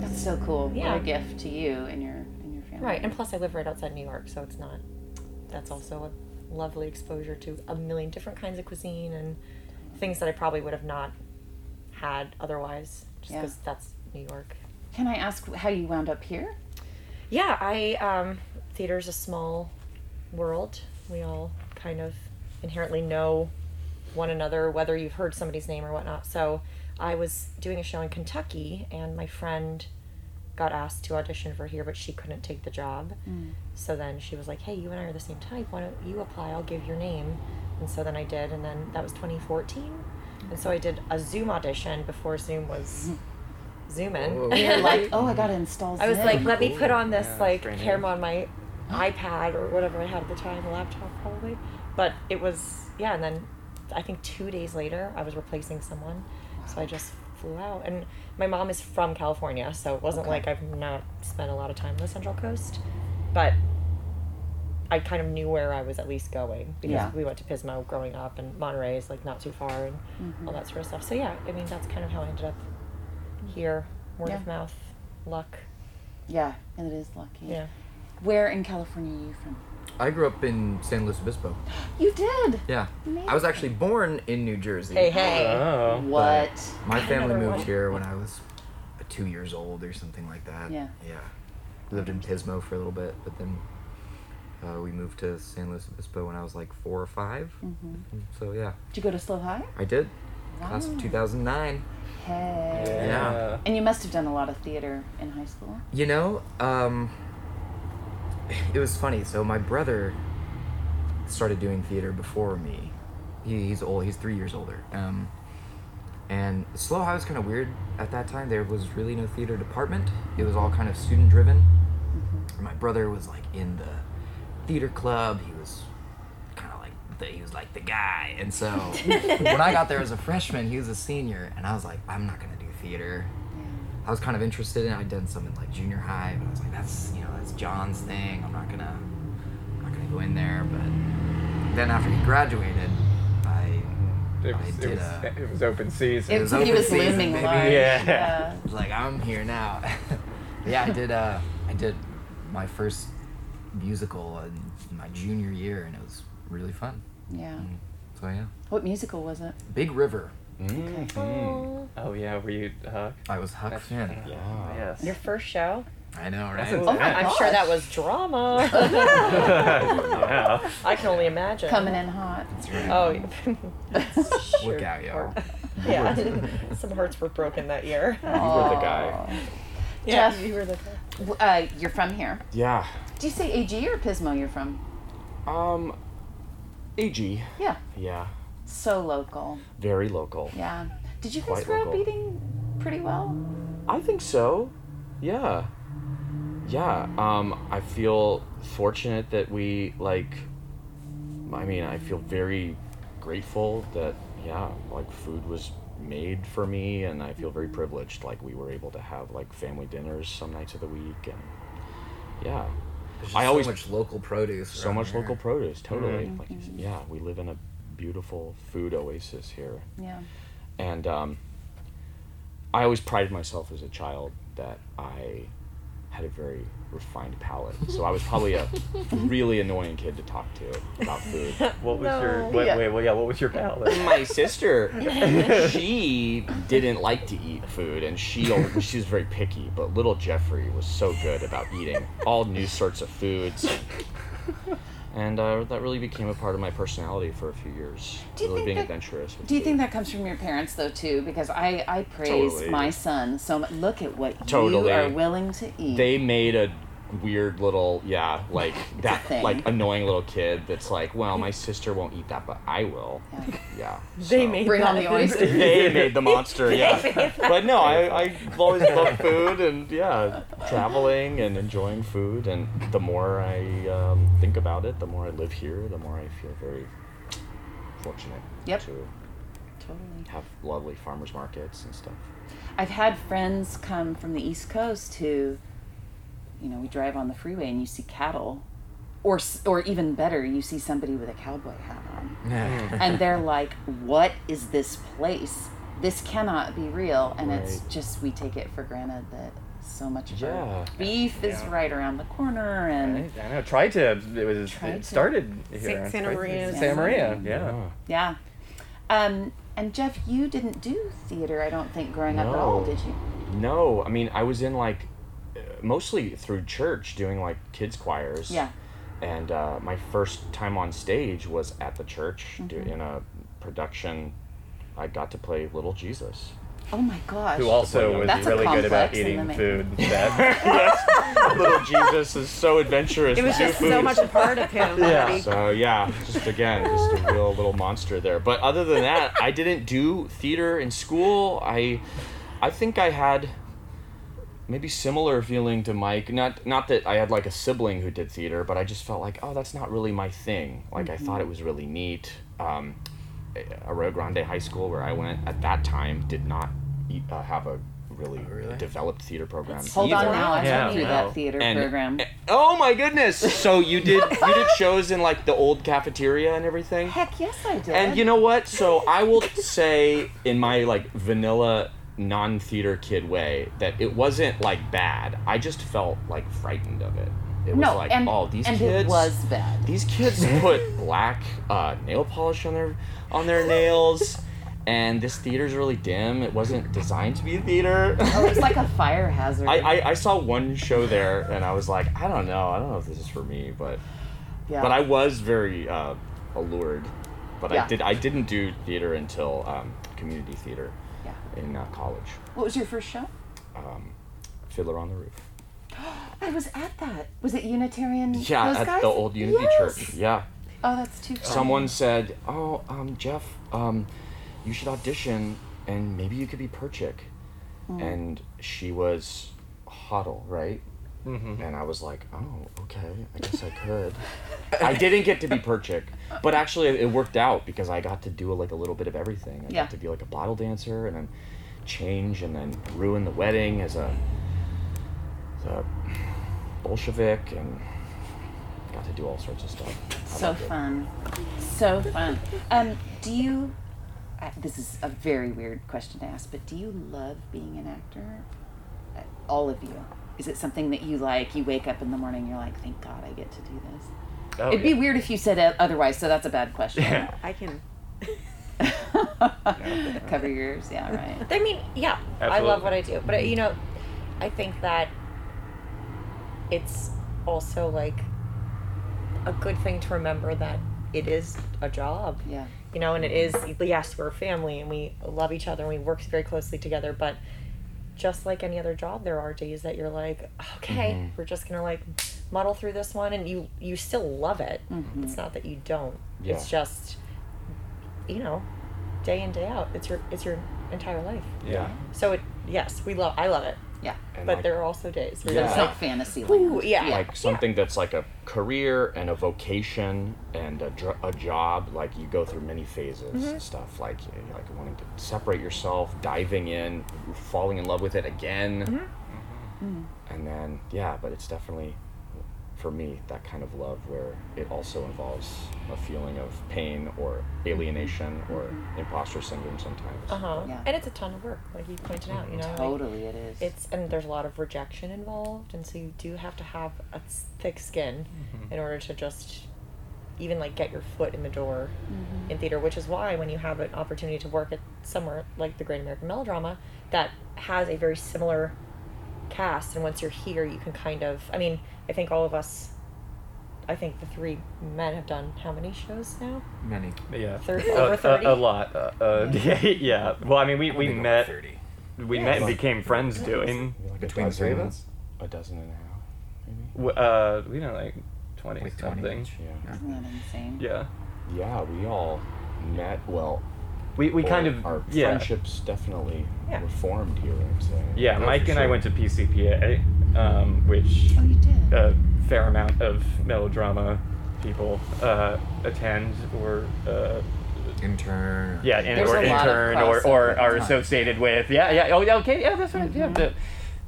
[SPEAKER 7] That's so cool.
[SPEAKER 5] Yeah.
[SPEAKER 7] What a gift to you and your and your family.
[SPEAKER 5] Right. And plus, I live right outside New York, so it's not. That's also a lovely exposure to a million different kinds of cuisine and things that I probably would have not had otherwise, just
[SPEAKER 7] Yeah.
[SPEAKER 5] because that's New York.
[SPEAKER 7] Can I ask how you wound up here?
[SPEAKER 5] Yeah, I um, theater's a small world. We all kind of inherently know one another, whether you've heard somebody's name or whatnot. So I was doing a show in Kentucky, and my friend got asked to audition for here, but she couldn't take the job. So then she was like, "Hey, you and I are the same type. Why don't you apply? I'll give your name." And so then I did, and then that was 2014. And so I did a Zoom audition before Zoom was Zooming.
[SPEAKER 2] Whoa.
[SPEAKER 7] You're like, oh, I gotta install.
[SPEAKER 5] I was
[SPEAKER 7] Zoom.
[SPEAKER 5] like, let me put on this
[SPEAKER 3] Yeah,
[SPEAKER 5] like
[SPEAKER 3] brand new.
[SPEAKER 5] camera on my iPad or whatever I had at the time, a laptop probably. But it was yeah, and then I think two days later I was replacing someone, so I just flew out. And my mom is from California, so it wasn't like I've not spent a lot of time on the Central Coast, but I kind of knew where I was at least going because
[SPEAKER 7] Yeah.
[SPEAKER 5] we went to Pismo growing up, and Monterey is like not too far, and all that sort of stuff. So yeah, I mean that's kind of how I ended up here, word of
[SPEAKER 7] Yeah.
[SPEAKER 5] mouth, luck.
[SPEAKER 7] yeah, it is lucky.
[SPEAKER 5] Yeah.
[SPEAKER 7] Where in California are you from?
[SPEAKER 2] I grew up in San Luis Obispo.
[SPEAKER 7] You did.
[SPEAKER 2] Yeah. I was actually born in New Jersey.
[SPEAKER 5] Hey, hey.
[SPEAKER 3] Oh.
[SPEAKER 7] What?
[SPEAKER 2] My family
[SPEAKER 5] Another
[SPEAKER 2] moved
[SPEAKER 5] one.
[SPEAKER 2] here when I was two years old or something like that.
[SPEAKER 7] Yeah.
[SPEAKER 2] Yeah. Lived in Pismo for a little bit, but then uh, we moved to San Luis Obispo when I was like four or 5 And So yeah,
[SPEAKER 7] Did you go to Slow High?
[SPEAKER 2] I did. Class of 2009.
[SPEAKER 7] Hey.
[SPEAKER 2] Yeah.
[SPEAKER 7] And you must have done a lot of theater in high school.
[SPEAKER 2] You know, um, it was funny. So my brother started doing theater before me. He, he's old. He's three years older. Um, and Slow High was kind of weird at that time. There was really no theater department. It was all kind of student driven. My brother was like in the theater club. He was kind of like the, he was like the guy. And so when I got there as a freshman, he was a senior, and I was like, I'm not gonna do theater. I was kind of interested in. it. I'd done some in like junior high, but I was like, that's you know that's John's thing. I'm not gonna I'm not gonna go in there. But then after he graduated, I
[SPEAKER 3] It
[SPEAKER 2] I
[SPEAKER 3] was,
[SPEAKER 2] did
[SPEAKER 3] it, was,
[SPEAKER 2] a-
[SPEAKER 3] it was open season.
[SPEAKER 2] It was
[SPEAKER 7] he
[SPEAKER 2] open
[SPEAKER 7] was
[SPEAKER 2] season,
[SPEAKER 7] living
[SPEAKER 2] baby.
[SPEAKER 7] life.
[SPEAKER 3] Yeah.
[SPEAKER 7] yeah.
[SPEAKER 2] was like I'm here now. yeah, I did. Uh, I did my first musical in my junior year, and it was really fun.
[SPEAKER 7] Yeah.
[SPEAKER 2] So yeah,
[SPEAKER 7] What musical was it?
[SPEAKER 2] Big River.
[SPEAKER 3] Oh yeah, were you? Uh,
[SPEAKER 2] I was Huck
[SPEAKER 3] That's-
[SPEAKER 2] Finn.
[SPEAKER 7] Oh.
[SPEAKER 6] Yeah.
[SPEAKER 3] yes.
[SPEAKER 5] Your first show?
[SPEAKER 2] I know,
[SPEAKER 3] That's
[SPEAKER 2] right?
[SPEAKER 3] intense.
[SPEAKER 5] I'm sure that was drama.
[SPEAKER 3] yeah.
[SPEAKER 5] I can only imagine.
[SPEAKER 7] Coming in hot.
[SPEAKER 5] Oh, yeah.
[SPEAKER 2] Look out, y'all.
[SPEAKER 5] yeah. Some hearts were broken that year.
[SPEAKER 6] You were the guy.
[SPEAKER 5] Yeah,
[SPEAKER 7] Jeff.
[SPEAKER 5] you were the.
[SPEAKER 7] W- Uh, you're from here.
[SPEAKER 6] Yeah.
[SPEAKER 7] Do you say AG or Pismo? You're from?
[SPEAKER 6] Um, AG.
[SPEAKER 7] Yeah.
[SPEAKER 6] Yeah.
[SPEAKER 7] So local.
[SPEAKER 6] Very local.
[SPEAKER 7] Yeah. Did you guys
[SPEAKER 6] Quite
[SPEAKER 7] grow up
[SPEAKER 6] local.
[SPEAKER 7] eating pretty well?
[SPEAKER 6] I think so. Yeah. Yeah. Um, I feel fortunate that we like. I mean, I feel very grateful that yeah, like food was made for me, and I feel very privileged. Like we were able to have like family dinners some nights of the week, and yeah,
[SPEAKER 2] There's just
[SPEAKER 6] I always
[SPEAKER 2] so much local produce.
[SPEAKER 6] so
[SPEAKER 2] around
[SPEAKER 6] much
[SPEAKER 2] here. Mm-hmm.
[SPEAKER 6] local produce. Totally. Like yeah, we live in a beautiful food oasis here
[SPEAKER 7] Yeah.
[SPEAKER 6] and um, I always prided myself as a child that I had a very refined palate. So I was probably a really annoying kid to talk to about food.
[SPEAKER 3] What was your?
[SPEAKER 5] No.
[SPEAKER 3] Wait,
[SPEAKER 7] Yeah.
[SPEAKER 3] wait, wait, yeah. What was your palate?
[SPEAKER 6] My sister, she didn't like to eat food, and she al- she was very picky. But little Jeffrey was so good about eating all new sorts of foods. And uh, that really became a part of my personality for a few years.
[SPEAKER 7] Do you
[SPEAKER 6] really
[SPEAKER 7] think
[SPEAKER 6] being
[SPEAKER 7] that-
[SPEAKER 6] adventurous. with
[SPEAKER 7] Do you
[SPEAKER 6] food.
[SPEAKER 7] think that comes from your parents though too? Because I I praise
[SPEAKER 6] Totally.
[SPEAKER 7] my son so much. Look at what
[SPEAKER 6] Totally.
[SPEAKER 7] you are willing to eat.
[SPEAKER 6] they made a weird little yeah like
[SPEAKER 7] thing.
[SPEAKER 6] that like annoying little kid that's like well my sister won't eat that but i will
[SPEAKER 7] Yeah.
[SPEAKER 6] yeah
[SPEAKER 5] They
[SPEAKER 6] so-
[SPEAKER 5] made
[SPEAKER 7] Bring on
[SPEAKER 5] that.
[SPEAKER 7] the oysters.
[SPEAKER 6] they made the monster yeah but no i i always loved food and yeah traveling and enjoying food and the more i um, think about it the more i live here the more i feel very fortunate
[SPEAKER 7] Yep.
[SPEAKER 6] to
[SPEAKER 7] totally.
[SPEAKER 6] have lovely farmers markets and stuff
[SPEAKER 7] I've had friends come from the East Coast who, you know, we drive on the freeway and you see cattle, or s- or even better, you see somebody with a cowboy hat on, and they're like, "What is this place? This cannot be real." And it's
[SPEAKER 6] Right.
[SPEAKER 7] just we take it for granted that so much of
[SPEAKER 6] Yeah.
[SPEAKER 7] our beef is
[SPEAKER 3] Yeah.
[SPEAKER 7] right around the corner, and
[SPEAKER 3] I I know. Tri Tibs. It was.
[SPEAKER 7] Tri-Tib.
[SPEAKER 3] It started here.
[SPEAKER 4] Sa- Santa
[SPEAKER 3] Tri-Tib.
[SPEAKER 4] Maria is-
[SPEAKER 3] Santa Maria. Yeah.
[SPEAKER 6] yeah
[SPEAKER 7] yeah. Um, and Jeff, you didn't do theater, I don't think, growing up at all,
[SPEAKER 6] No.
[SPEAKER 7] did you?
[SPEAKER 6] No, I mean I was in like uh, mostly through church doing like kids choirs.
[SPEAKER 7] Yeah.
[SPEAKER 6] And uh, my first time on stage
[SPEAKER 7] Mm-hmm.
[SPEAKER 6] was at the church do- in a production. I got to play Little Jesus.
[SPEAKER 7] Oh my gosh.
[SPEAKER 3] who also was
[SPEAKER 7] That's a
[SPEAKER 3] really good about
[SPEAKER 7] complex in the
[SPEAKER 3] eating
[SPEAKER 7] making.
[SPEAKER 3] food. That
[SPEAKER 6] Little Jesus is so adventurous.
[SPEAKER 4] It was
[SPEAKER 6] with
[SPEAKER 4] just
[SPEAKER 6] new
[SPEAKER 4] so
[SPEAKER 6] foods.
[SPEAKER 4] much a part of him.
[SPEAKER 3] Yeah.
[SPEAKER 6] So yeah, just again, just a real little monster there. But other than that, I didn't do theater in school. I, I think I had maybe similar feeling to Mike. Not not that I had like a sibling who did theater, but I just felt like oh, that's not really my thing. Like I
[SPEAKER 7] Mm-hmm.
[SPEAKER 6] thought it was really neat. Um, Arroyo Grande High School, where I went at that time, did not e- uh, have a really, developed theater program.
[SPEAKER 7] Oh, Hold on
[SPEAKER 6] either.
[SPEAKER 7] now. I
[SPEAKER 3] Yeah,
[SPEAKER 7] don't do
[SPEAKER 3] wow.
[SPEAKER 7] that theater
[SPEAKER 6] And-
[SPEAKER 7] program.
[SPEAKER 6] Oh my goodness! So you did you did shows in like the old cafeteria and everything.
[SPEAKER 7] Heck yes, I did.
[SPEAKER 6] And you know what? So I will say, in my like vanilla non theater kid way, that it wasn't like bad. I just felt like frightened of it. It was
[SPEAKER 7] no,
[SPEAKER 6] like,
[SPEAKER 7] and,
[SPEAKER 6] oh, these
[SPEAKER 7] and
[SPEAKER 6] kids.
[SPEAKER 7] it was bad.
[SPEAKER 6] These kids put black uh, nail polish on their on their nails, and this theater's really dim. It wasn't designed to be a theater.
[SPEAKER 7] Oh, it was like a fire hazard.
[SPEAKER 6] I, I, I saw one show there, and I was like, I don't know, I don't know if this is for me, but
[SPEAKER 7] yeah.
[SPEAKER 6] but I was very uh, allured. But I
[SPEAKER 7] Yeah.
[SPEAKER 6] did. I didn't do theater until um, community theater
[SPEAKER 7] Yeah.
[SPEAKER 6] in uh, college.
[SPEAKER 7] What was your first show?
[SPEAKER 6] Fiddler on the Roof.
[SPEAKER 7] I was at that. Was it Unitarian?
[SPEAKER 6] Yeah,
[SPEAKER 7] those
[SPEAKER 6] at
[SPEAKER 7] guys?
[SPEAKER 6] the old Unity
[SPEAKER 7] Yes.
[SPEAKER 6] Church. Yeah.
[SPEAKER 7] Oh, that's too. Funny.
[SPEAKER 6] Someone said, "Oh, um, Jeff, um, you should audition, and maybe you could be Perchik." And she was Huddle, right? And I was like, "Oh, okay, I guess I could." I didn't get to be Perchik, but actually, it worked out because I got to do like a little bit of everything. I
[SPEAKER 7] Yeah.
[SPEAKER 6] got to be like a bottle dancer, and then change, and then ruin the wedding as a, as a Bolshevik, and got to do all sorts of stuff. I
[SPEAKER 7] So
[SPEAKER 6] loved it.
[SPEAKER 7] fun. So fun. Um, do you? I this is a very weird question to ask, but do you love being an actor? Uh, All of you. Is it something that you like? You wake up in the morning, you're like, "Thank God I get to do this."
[SPEAKER 3] oh,
[SPEAKER 7] It'd be weird if you said o- otherwise, so that's a bad question.
[SPEAKER 4] I can.
[SPEAKER 7] Cover yours, yeah, right.
[SPEAKER 5] I mean, yeah, I love what I do, but you know, I think that it's also like a good thing to remember that it is a job.
[SPEAKER 7] Yeah.
[SPEAKER 5] You know, and it is yes, we're a family and we love each other and we work very closely together, but just like any other job, there are days that you're like, okay,
[SPEAKER 6] Mm-hmm.
[SPEAKER 5] we're just gonna like muddle through this one, and you you still love it.
[SPEAKER 7] Mm-hmm.
[SPEAKER 5] It's not that you don't. It's
[SPEAKER 6] Yeah.
[SPEAKER 5] just, you know, day in day out. It's your it's your entire life.
[SPEAKER 6] Yeah.
[SPEAKER 5] So it yes, we love I love it,
[SPEAKER 7] Yeah.
[SPEAKER 6] And
[SPEAKER 5] but
[SPEAKER 6] like,
[SPEAKER 5] there are also days where
[SPEAKER 6] Yeah.
[SPEAKER 5] there's
[SPEAKER 7] It's
[SPEAKER 5] like
[SPEAKER 7] not fantasy land.
[SPEAKER 5] ooh yeah,
[SPEAKER 6] like something that's like a career and a vocation and a, dr- a job like you go through many phases and stuff like you know, like wanting to separate yourself diving in falling in love with it again
[SPEAKER 2] Mm-hmm.
[SPEAKER 6] and then yeah but it's definitely for me that kind of love where it also involves a feeling of pain or alienation or imposter syndrome sometimes
[SPEAKER 5] uh huh,
[SPEAKER 7] Yeah.
[SPEAKER 5] and it's a ton of work like you pointed out. You know, like,
[SPEAKER 7] Totally, it is.
[SPEAKER 5] it's and there's a lot of rejection involved, and so you do have to have a s- thick skin
[SPEAKER 3] Mm-hmm.
[SPEAKER 5] in order to just even like get your foot in the door
[SPEAKER 4] Mm-hmm.
[SPEAKER 5] in theater, which is why when you have an opportunity to work at somewhere like the Great American Melodrama that has a very similar cast, and once you're here, you can kind of I mean I think all of us. I think the three men have done how many shows now?
[SPEAKER 2] Many.
[SPEAKER 3] yeah.
[SPEAKER 5] Thirty-
[SPEAKER 3] A-
[SPEAKER 5] over
[SPEAKER 3] a-
[SPEAKER 5] 30?
[SPEAKER 3] A, lot. Uh, uh, yeah, yeah. Well, I mean, we, we
[SPEAKER 2] Maybe over
[SPEAKER 3] met
[SPEAKER 2] thirty.
[SPEAKER 3] we met and became friends doing.
[SPEAKER 6] Maybe like a
[SPEAKER 2] Between the three of
[SPEAKER 6] dozen-
[SPEAKER 2] us?
[SPEAKER 6] a dozen and a half
[SPEAKER 3] w- Uh, we know like twenty
[SPEAKER 2] Like 20
[SPEAKER 3] something.
[SPEAKER 2] each.
[SPEAKER 6] yeah
[SPEAKER 7] Isn't that insane?
[SPEAKER 3] Yeah.
[SPEAKER 6] yeah we all met well
[SPEAKER 3] We, we
[SPEAKER 6] or
[SPEAKER 3] kind of
[SPEAKER 6] our
[SPEAKER 3] yeah.
[SPEAKER 6] friendships definitely
[SPEAKER 5] Yeah.
[SPEAKER 6] were formed here. I'm saying.
[SPEAKER 3] Yeah,
[SPEAKER 6] No,
[SPEAKER 3] Mike
[SPEAKER 6] for
[SPEAKER 3] and I
[SPEAKER 6] sure.
[SPEAKER 3] went to PCPA, um, which
[SPEAKER 7] Oh, you did.
[SPEAKER 3] a fair amount of melodrama people uh, attend or uh,
[SPEAKER 2] Intern.
[SPEAKER 3] yeah, and,
[SPEAKER 7] There's
[SPEAKER 3] or
[SPEAKER 7] a lot of
[SPEAKER 3] intern or, or
[SPEAKER 7] crossover.
[SPEAKER 3] are associated with. Yeah, yeah. Oh, yeah. Okay. Yeah, that's right. Yeah, the-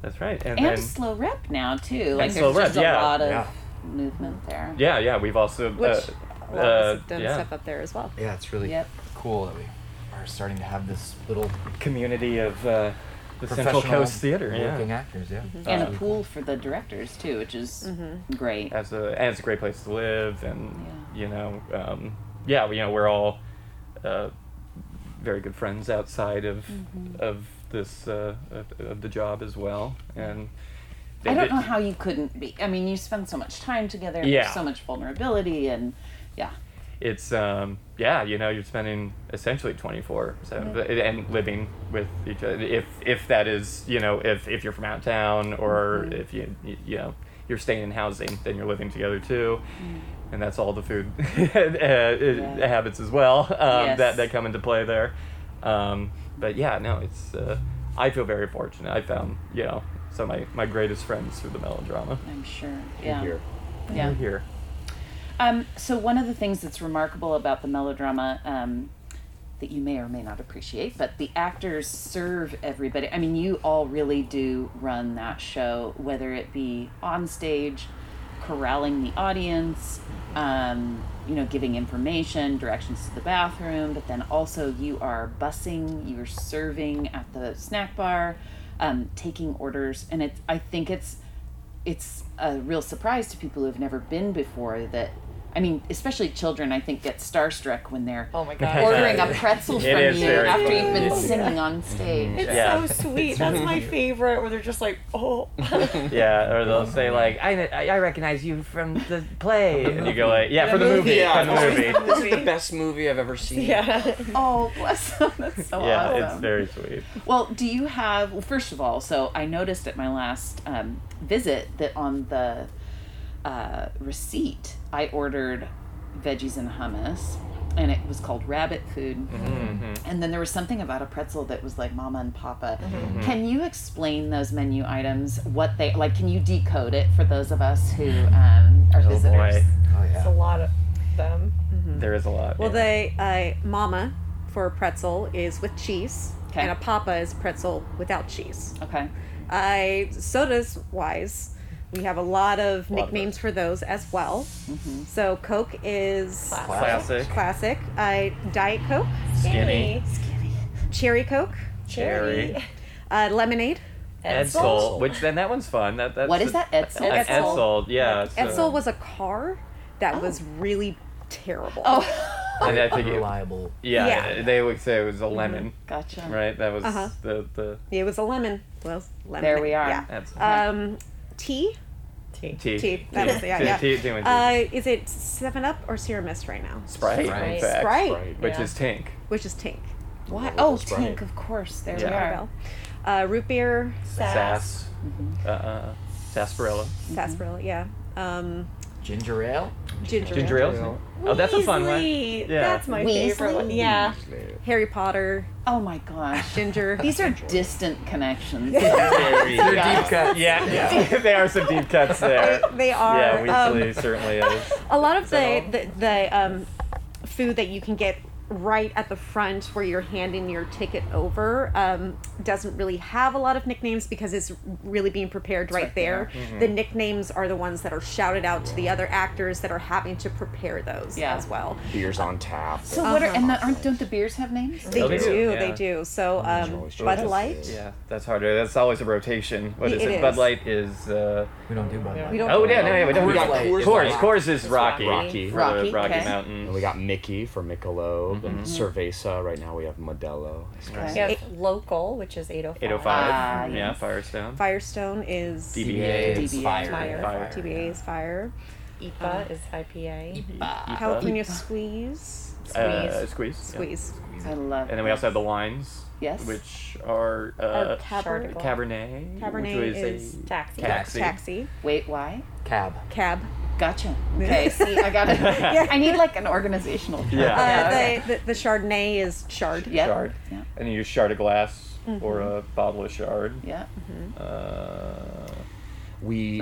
[SPEAKER 3] that's right. And,
[SPEAKER 7] Mm-hmm. and
[SPEAKER 3] then
[SPEAKER 7] slow rep now too. Like
[SPEAKER 3] slow
[SPEAKER 7] there's
[SPEAKER 3] rep,
[SPEAKER 7] just a
[SPEAKER 3] yeah,
[SPEAKER 7] lot of
[SPEAKER 2] yeah.
[SPEAKER 7] movement there.
[SPEAKER 3] yeah, yeah. We've also
[SPEAKER 4] Which
[SPEAKER 3] uh,
[SPEAKER 4] a lot of us
[SPEAKER 3] uh,
[SPEAKER 4] have done
[SPEAKER 3] yeah.
[SPEAKER 4] stuff up there as well.
[SPEAKER 2] Yeah, it's really
[SPEAKER 7] Yep.
[SPEAKER 2] cool that we are starting to have this little
[SPEAKER 3] community of uh, the Central
[SPEAKER 2] professional
[SPEAKER 3] Coast Theater.
[SPEAKER 2] working
[SPEAKER 3] Yeah.
[SPEAKER 2] actors. Yeah.
[SPEAKER 7] And a pool for the directors too, which is great.
[SPEAKER 3] As a and it's a great place to live, and you know, um, yeah, you know, we're all uh, very good friends outside of
[SPEAKER 7] Mm-hmm.
[SPEAKER 3] of this uh, of, of the job as well, and.
[SPEAKER 7] I don't
[SPEAKER 3] did-
[SPEAKER 7] know how you couldn't be. I mean, you spend so much time together. and
[SPEAKER 3] Yeah.
[SPEAKER 7] There's so much vulnerability and yeah,
[SPEAKER 3] it's um, yeah, you know, you're spending essentially 24 seven and living with each other. If if that is you know if if you're from out of town or
[SPEAKER 7] Mm-hmm.
[SPEAKER 3] if you you you know you're staying in housing, then you're living together too.
[SPEAKER 7] Mm-hmm.
[SPEAKER 3] And that's all the food uh, habits as well um,
[SPEAKER 7] Yes.
[SPEAKER 3] that, that come into play there. Um, but yeah, no, it's uh, I feel very fortunate. I found you know some of my, my greatest friends through the melodrama.
[SPEAKER 7] I'm sure. Yeah.
[SPEAKER 6] Here.
[SPEAKER 7] Yeah.
[SPEAKER 3] We're here.
[SPEAKER 7] Um, so one of the things that's remarkable about the melodrama um, that you may or may not appreciate, but the actors serve everybody. I mean, you all really do run that show, whether it be on stage, corralling the audience, um, you know, giving information, directions to the bathroom, but then also you are bussing, you're serving at the snack bar, um, taking orders, and it's. I think it's it's a real surprise to people who have never been before that I mean, especially children I think get starstruck when they're
[SPEAKER 5] Oh my god.
[SPEAKER 7] ordering a pretzel from
[SPEAKER 3] It is
[SPEAKER 7] you
[SPEAKER 3] very
[SPEAKER 7] after
[SPEAKER 3] funny.
[SPEAKER 7] you've been
[SPEAKER 3] Yeah. Mm-hmm.
[SPEAKER 7] singing on stage.
[SPEAKER 5] It's
[SPEAKER 3] Yeah.
[SPEAKER 5] so sweet. That's my favorite. Where they're just like, oh.
[SPEAKER 3] Yeah, or they'll say like, I, I I recognize you from the play, and you go like, yeah, from the movie,
[SPEAKER 6] Yeah,
[SPEAKER 3] from the movie.
[SPEAKER 6] this is the best movie I've ever seen.
[SPEAKER 5] yeah.
[SPEAKER 7] Oh, bless them. That's so
[SPEAKER 3] Yeah,
[SPEAKER 7] awesome.
[SPEAKER 3] it's very sweet.
[SPEAKER 7] Well, do you have? Well, first of all, so I noticed at my last um, visit that on the uh, receipt I ordered veggies and hummus, and it was called rabbit food.
[SPEAKER 3] Mm-hmm.
[SPEAKER 7] And then there was something about a pretzel that was like Mama and Papa.
[SPEAKER 3] Mm-hmm.
[SPEAKER 7] Can you explain those menu items? What they like? Can you decode it for those of us who um, are
[SPEAKER 3] Oh
[SPEAKER 7] visitors?
[SPEAKER 3] boy,
[SPEAKER 2] Oh
[SPEAKER 5] It's a
[SPEAKER 2] yeah.
[SPEAKER 5] lot of them.
[SPEAKER 3] there is a lot.
[SPEAKER 4] Well,
[SPEAKER 3] yeah.
[SPEAKER 4] the uh, mama for a pretzel is with cheese,
[SPEAKER 7] Okay.
[SPEAKER 4] and a papa is pretzel without cheese.
[SPEAKER 7] Okay.
[SPEAKER 4] I sodas wise, we have a lot of
[SPEAKER 3] Lot of
[SPEAKER 4] nicknames for those as well.
[SPEAKER 7] Mm-hmm.
[SPEAKER 4] So Coke is
[SPEAKER 3] classic,
[SPEAKER 4] classic. I Diet Coke,
[SPEAKER 3] skinny,
[SPEAKER 4] Cherry Coke,
[SPEAKER 3] cherry,
[SPEAKER 4] uh, lemonade.
[SPEAKER 3] Edsel, which then that one's fun. That that's
[SPEAKER 7] What is that? Edsel.
[SPEAKER 3] An
[SPEAKER 4] Edsel.
[SPEAKER 3] Edsel, yeah.
[SPEAKER 4] Edsel was a car that was really terrible.
[SPEAKER 7] Oh,
[SPEAKER 3] and I think it,
[SPEAKER 2] Unreliable.
[SPEAKER 3] yeah,
[SPEAKER 4] Yeah.
[SPEAKER 3] they would say it was a lemon,
[SPEAKER 7] gotcha.
[SPEAKER 3] right? That was
[SPEAKER 4] Uh-huh.
[SPEAKER 3] the the
[SPEAKER 4] It was a lemon. Well, lemon.
[SPEAKER 7] There we are.
[SPEAKER 4] Yeah.
[SPEAKER 3] Edsel.
[SPEAKER 4] Um, tea.
[SPEAKER 3] tea.
[SPEAKER 4] tea. That was- yeah,
[SPEAKER 3] Tea-
[SPEAKER 4] yeah.
[SPEAKER 3] tea- tea and tea.
[SPEAKER 4] Uh, is it Seven Up or Sierra Mist right now?
[SPEAKER 3] Sprite, in
[SPEAKER 6] Sprite.
[SPEAKER 3] fact,
[SPEAKER 4] Sprite,
[SPEAKER 6] Right.
[SPEAKER 3] which
[SPEAKER 5] Yeah.
[SPEAKER 3] is Tink.
[SPEAKER 4] which is Tink.
[SPEAKER 7] Why?
[SPEAKER 6] Well,
[SPEAKER 7] Oh,
[SPEAKER 6] that's right.
[SPEAKER 7] Tink. Of course. There
[SPEAKER 3] Yeah.
[SPEAKER 7] we are.
[SPEAKER 4] Bell. Uh, root beer,
[SPEAKER 3] Sass. Uh, uh, sarsaparilla.
[SPEAKER 4] sarsaparilla,
[SPEAKER 5] Mm-hmm.
[SPEAKER 4] yeah. Um,
[SPEAKER 2] Ginger ale.
[SPEAKER 4] ginger,
[SPEAKER 3] Ginger
[SPEAKER 4] ale.
[SPEAKER 3] ale. Oh, that's a fun one.
[SPEAKER 5] Weasley.
[SPEAKER 3] Yeah.
[SPEAKER 5] That's my favorite one.
[SPEAKER 7] Weasley.
[SPEAKER 5] Yeah.
[SPEAKER 4] Harry Potter,
[SPEAKER 7] Oh my gosh.
[SPEAKER 4] ginger.
[SPEAKER 7] These are distant connections.
[SPEAKER 6] Very
[SPEAKER 2] They're deep cuts.
[SPEAKER 3] Yeah, yeah. there are some deep cuts there.
[SPEAKER 4] they are.
[SPEAKER 3] Yeah,
[SPEAKER 4] um,
[SPEAKER 3] Weasley certainly is.
[SPEAKER 4] a lot of the
[SPEAKER 3] all?
[SPEAKER 4] the, the um, food that you can get right at the front where you're handing your ticket over um, doesn't really have a lot of nicknames because it's really being prepared right,
[SPEAKER 7] right
[SPEAKER 4] there.
[SPEAKER 3] Mm-hmm.
[SPEAKER 4] The nicknames are the ones that are shouted out to the other actors that are having to prepare those
[SPEAKER 7] Yeah.
[SPEAKER 4] as well.
[SPEAKER 6] Beers on tap.
[SPEAKER 7] So what are and the, aren't don't the beers have names?
[SPEAKER 4] They
[SPEAKER 3] Oh,
[SPEAKER 4] do,
[SPEAKER 3] they do, yeah.
[SPEAKER 4] they do. So
[SPEAKER 6] are
[SPEAKER 4] um,
[SPEAKER 6] always
[SPEAKER 4] Bud
[SPEAKER 6] delicious.
[SPEAKER 4] Light,
[SPEAKER 3] Yeah, that's harder. That's always a rotation. What is
[SPEAKER 4] It
[SPEAKER 3] it?
[SPEAKER 4] is.
[SPEAKER 3] Bud Light is. Uh,
[SPEAKER 2] We don't do Bud Light.
[SPEAKER 4] We don't-
[SPEAKER 3] oh yeah, no, yeah, we don't.
[SPEAKER 2] Coors
[SPEAKER 3] We got
[SPEAKER 2] Light.
[SPEAKER 3] Coors.
[SPEAKER 6] Coors.
[SPEAKER 3] Coors, Coors is Rocky.
[SPEAKER 6] Rocky.
[SPEAKER 3] for
[SPEAKER 7] Rocky,
[SPEAKER 3] the Rocky
[SPEAKER 7] okay.
[SPEAKER 6] And
[SPEAKER 3] Mountain.
[SPEAKER 6] we got Mickey for Michelob and
[SPEAKER 3] Mm-hmm.
[SPEAKER 6] Cerveza. Right now we have Modelo.
[SPEAKER 5] We have local, which is 805.
[SPEAKER 3] 805.
[SPEAKER 7] Ah,
[SPEAKER 3] yeah,
[SPEAKER 7] yes.
[SPEAKER 3] Firestone.
[SPEAKER 4] Firestone is
[SPEAKER 3] DBA.
[SPEAKER 7] DBA.
[SPEAKER 4] fire.
[SPEAKER 3] Fire.
[SPEAKER 4] TBA is fire. Uh-huh.
[SPEAKER 5] IPA is IPA.
[SPEAKER 4] California Squeeze,
[SPEAKER 3] Uh, squeeze. yeah.
[SPEAKER 4] Squeeze.
[SPEAKER 7] I love.
[SPEAKER 3] And then we also have the wines.
[SPEAKER 7] Yes.
[SPEAKER 3] Which are uh,
[SPEAKER 4] Or Caber-
[SPEAKER 5] Chardonnay.
[SPEAKER 3] Cabernet.
[SPEAKER 4] Cabernet
[SPEAKER 3] which was
[SPEAKER 4] is
[SPEAKER 3] a
[SPEAKER 5] Taxi.
[SPEAKER 3] taxi.
[SPEAKER 4] Taxi,
[SPEAKER 7] Wait, why?
[SPEAKER 2] Cab.
[SPEAKER 4] cab.
[SPEAKER 7] Gotcha. Okay, see, I got it. I need like an organizational. chart.
[SPEAKER 3] Yeah.
[SPEAKER 4] Uh, the, the, the Chardonnay is Chard.
[SPEAKER 7] Yep.
[SPEAKER 3] Shard.
[SPEAKER 7] Yeah.
[SPEAKER 3] And you use shard of glass or
[SPEAKER 4] Mm-hmm.
[SPEAKER 3] a bottle of shard.
[SPEAKER 7] Yeah.
[SPEAKER 3] Uh,
[SPEAKER 6] We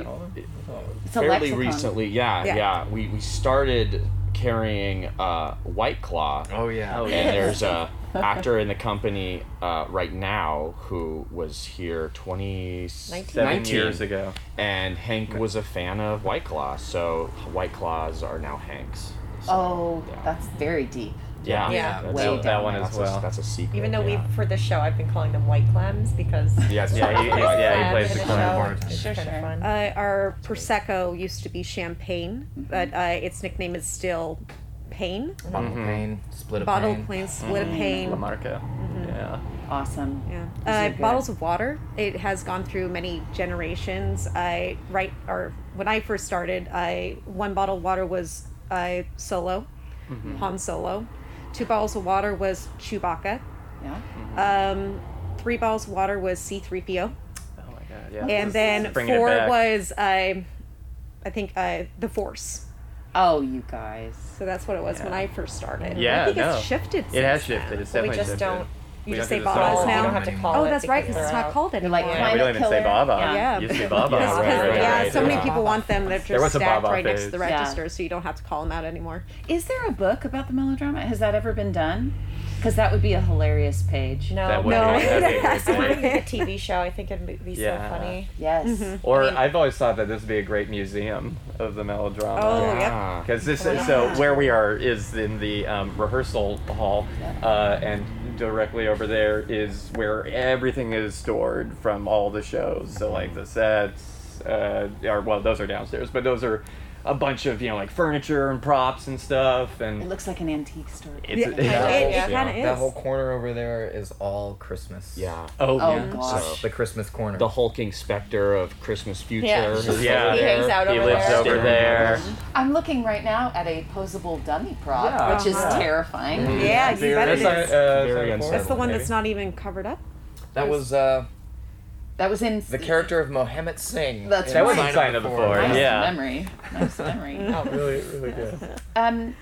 [SPEAKER 7] It's a
[SPEAKER 6] fairly
[SPEAKER 7] lexicon.
[SPEAKER 6] recently, yeah,
[SPEAKER 4] Yeah.
[SPEAKER 6] yeah, we, we started carrying uh, White Claw.
[SPEAKER 2] Oh yeah.
[SPEAKER 3] oh,
[SPEAKER 6] And
[SPEAKER 3] yeah.
[SPEAKER 6] there's a actor in the company uh, right now who was here 20
[SPEAKER 3] Seven
[SPEAKER 6] 19.
[SPEAKER 3] years ago.
[SPEAKER 6] and Hank was a fan of White Claw, so White Claws are now Hank's. So,
[SPEAKER 7] Oh, that's very deep.
[SPEAKER 6] yeah,
[SPEAKER 5] Yeah.
[SPEAKER 6] that's
[SPEAKER 7] Way
[SPEAKER 6] a-
[SPEAKER 7] down
[SPEAKER 6] that
[SPEAKER 3] one
[SPEAKER 6] that's
[SPEAKER 3] as
[SPEAKER 6] a-
[SPEAKER 3] well.
[SPEAKER 6] that's a secret.
[SPEAKER 5] Even though
[SPEAKER 6] yeah.
[SPEAKER 5] we, for this show, I've been calling them white clams because.
[SPEAKER 6] yeah, it's
[SPEAKER 3] Yeah, he,
[SPEAKER 6] fine.
[SPEAKER 3] he's- yeah, he
[SPEAKER 5] Clam
[SPEAKER 3] plays
[SPEAKER 5] in
[SPEAKER 3] the
[SPEAKER 5] a
[SPEAKER 3] clown.
[SPEAKER 5] show.
[SPEAKER 2] part.
[SPEAKER 5] It's
[SPEAKER 7] Sure,
[SPEAKER 5] kind
[SPEAKER 7] sure.
[SPEAKER 5] of fun.
[SPEAKER 4] Uh, our prosecco used to be champagne,
[SPEAKER 5] Mm-hmm.
[SPEAKER 4] but uh, its nickname is still pain.
[SPEAKER 2] Bottle pain. Split a
[SPEAKER 4] Bottle
[SPEAKER 2] pain.
[SPEAKER 4] plain,
[SPEAKER 5] Mm.
[SPEAKER 4] split a pain.
[SPEAKER 3] Lamarca.
[SPEAKER 4] Mm-hmm.
[SPEAKER 3] Yeah.
[SPEAKER 7] Awesome.
[SPEAKER 4] Yeah.
[SPEAKER 7] are
[SPEAKER 4] Uh,
[SPEAKER 7] good.
[SPEAKER 4] bottles of water. It has gone through many generations. I right or when I first started, I one bottle of water was uh, solo.
[SPEAKER 5] Mm-hmm.
[SPEAKER 4] Han Solo. Two bottles of water was Chewbacca.
[SPEAKER 7] Yeah.
[SPEAKER 4] Um, three bottles of water was C3PO.
[SPEAKER 3] Oh my god, yeah.
[SPEAKER 4] And then
[SPEAKER 3] bringing it
[SPEAKER 4] four
[SPEAKER 3] back.
[SPEAKER 4] was, um I think, uh, The Force.
[SPEAKER 7] Oh, you guys.
[SPEAKER 4] So that's what it was when I first started.
[SPEAKER 3] Yeah,
[SPEAKER 4] I think
[SPEAKER 3] no.
[SPEAKER 4] it's shifted.
[SPEAKER 3] It has
[SPEAKER 4] since then.
[SPEAKER 3] shifted. It's
[SPEAKER 5] But we
[SPEAKER 3] definitely
[SPEAKER 5] just
[SPEAKER 3] shifted.
[SPEAKER 5] don't-
[SPEAKER 4] You
[SPEAKER 3] We
[SPEAKER 4] just
[SPEAKER 3] don't
[SPEAKER 4] say
[SPEAKER 3] do the
[SPEAKER 4] Bob
[SPEAKER 3] song.
[SPEAKER 5] We
[SPEAKER 4] now.
[SPEAKER 5] don't have to call
[SPEAKER 4] Oh,
[SPEAKER 5] it
[SPEAKER 4] that's right,
[SPEAKER 5] because
[SPEAKER 4] because it's
[SPEAKER 5] they're
[SPEAKER 4] not
[SPEAKER 5] out.
[SPEAKER 4] called
[SPEAKER 7] You're
[SPEAKER 4] anymore.
[SPEAKER 7] like,
[SPEAKER 3] Yeah, we don't even say
[SPEAKER 7] Killer.
[SPEAKER 3] Baba.
[SPEAKER 4] Yeah.
[SPEAKER 3] You say
[SPEAKER 5] Yeah,
[SPEAKER 3] Baba.
[SPEAKER 5] it's
[SPEAKER 3] right,
[SPEAKER 5] Baba.
[SPEAKER 3] right,
[SPEAKER 4] yeah,
[SPEAKER 3] right,
[SPEAKER 4] so
[SPEAKER 3] yeah.
[SPEAKER 4] many people want them. They're
[SPEAKER 3] There
[SPEAKER 4] just
[SPEAKER 3] was a
[SPEAKER 4] stacked
[SPEAKER 3] Baba
[SPEAKER 4] right next to
[SPEAKER 3] phase.
[SPEAKER 4] the
[SPEAKER 7] Yeah.
[SPEAKER 4] register, so you don't have to call them out anymore.
[SPEAKER 7] Is there a book about the melodrama? Has that ever been done? Because that would be a hilarious page.
[SPEAKER 5] No,
[SPEAKER 3] That would
[SPEAKER 4] No.
[SPEAKER 3] be, that'd be a great
[SPEAKER 5] If we're
[SPEAKER 3] thing.
[SPEAKER 5] gonna make a TV show, I think it'd be so
[SPEAKER 3] Yeah.
[SPEAKER 5] funny.
[SPEAKER 7] Yes.
[SPEAKER 3] Or I've always thought that this would be a great museum of the melodrama.
[SPEAKER 4] Oh,
[SPEAKER 6] yeah.
[SPEAKER 3] Because this is so where we are is in the um, rehearsal hall, uh, and directly over there is where everything is stored from all the shows. So like the sets, uh, are well those are downstairs, but those are a bunch of you know like furniture and props and stuff,
[SPEAKER 7] It
[SPEAKER 3] and
[SPEAKER 7] looks like an antique store.
[SPEAKER 3] it's,
[SPEAKER 4] Yeah,
[SPEAKER 3] it's-
[SPEAKER 2] Yeah.
[SPEAKER 4] It,
[SPEAKER 6] Yeah.
[SPEAKER 4] kind of
[SPEAKER 2] That
[SPEAKER 4] is.
[SPEAKER 2] whole corner over there is all Christmas.
[SPEAKER 6] Yeah.
[SPEAKER 3] oh,
[SPEAKER 7] Oh,
[SPEAKER 3] yeah.
[SPEAKER 7] gosh.
[SPEAKER 6] So-
[SPEAKER 2] The Christmas corner.
[SPEAKER 6] The hulking specter of Christmas future.
[SPEAKER 5] Yeah.
[SPEAKER 6] is
[SPEAKER 3] Yeah.
[SPEAKER 6] over
[SPEAKER 5] He
[SPEAKER 6] there.
[SPEAKER 5] hangs out
[SPEAKER 3] he
[SPEAKER 5] over
[SPEAKER 3] lives
[SPEAKER 5] there.
[SPEAKER 3] over there.
[SPEAKER 7] I'm looking right now at a posable dummy prop,
[SPEAKER 3] Yeah. Mm-hmm.
[SPEAKER 7] which is terrifying.
[SPEAKER 4] Yeah, you bet it
[SPEAKER 3] That's
[SPEAKER 4] is.
[SPEAKER 3] not- uh,
[SPEAKER 6] Very
[SPEAKER 3] not-
[SPEAKER 4] That's the one
[SPEAKER 6] maybe.
[SPEAKER 4] that's not even covered up.
[SPEAKER 2] That was uh,
[SPEAKER 7] That was in
[SPEAKER 2] the character of Mohammed Singh.
[SPEAKER 7] That's
[SPEAKER 2] in
[SPEAKER 7] right. That was
[SPEAKER 3] in Sign of the Four,
[SPEAKER 7] Nice
[SPEAKER 3] yeah.
[SPEAKER 7] memory. Nice memory.
[SPEAKER 3] Oh, really, really good.
[SPEAKER 7] um,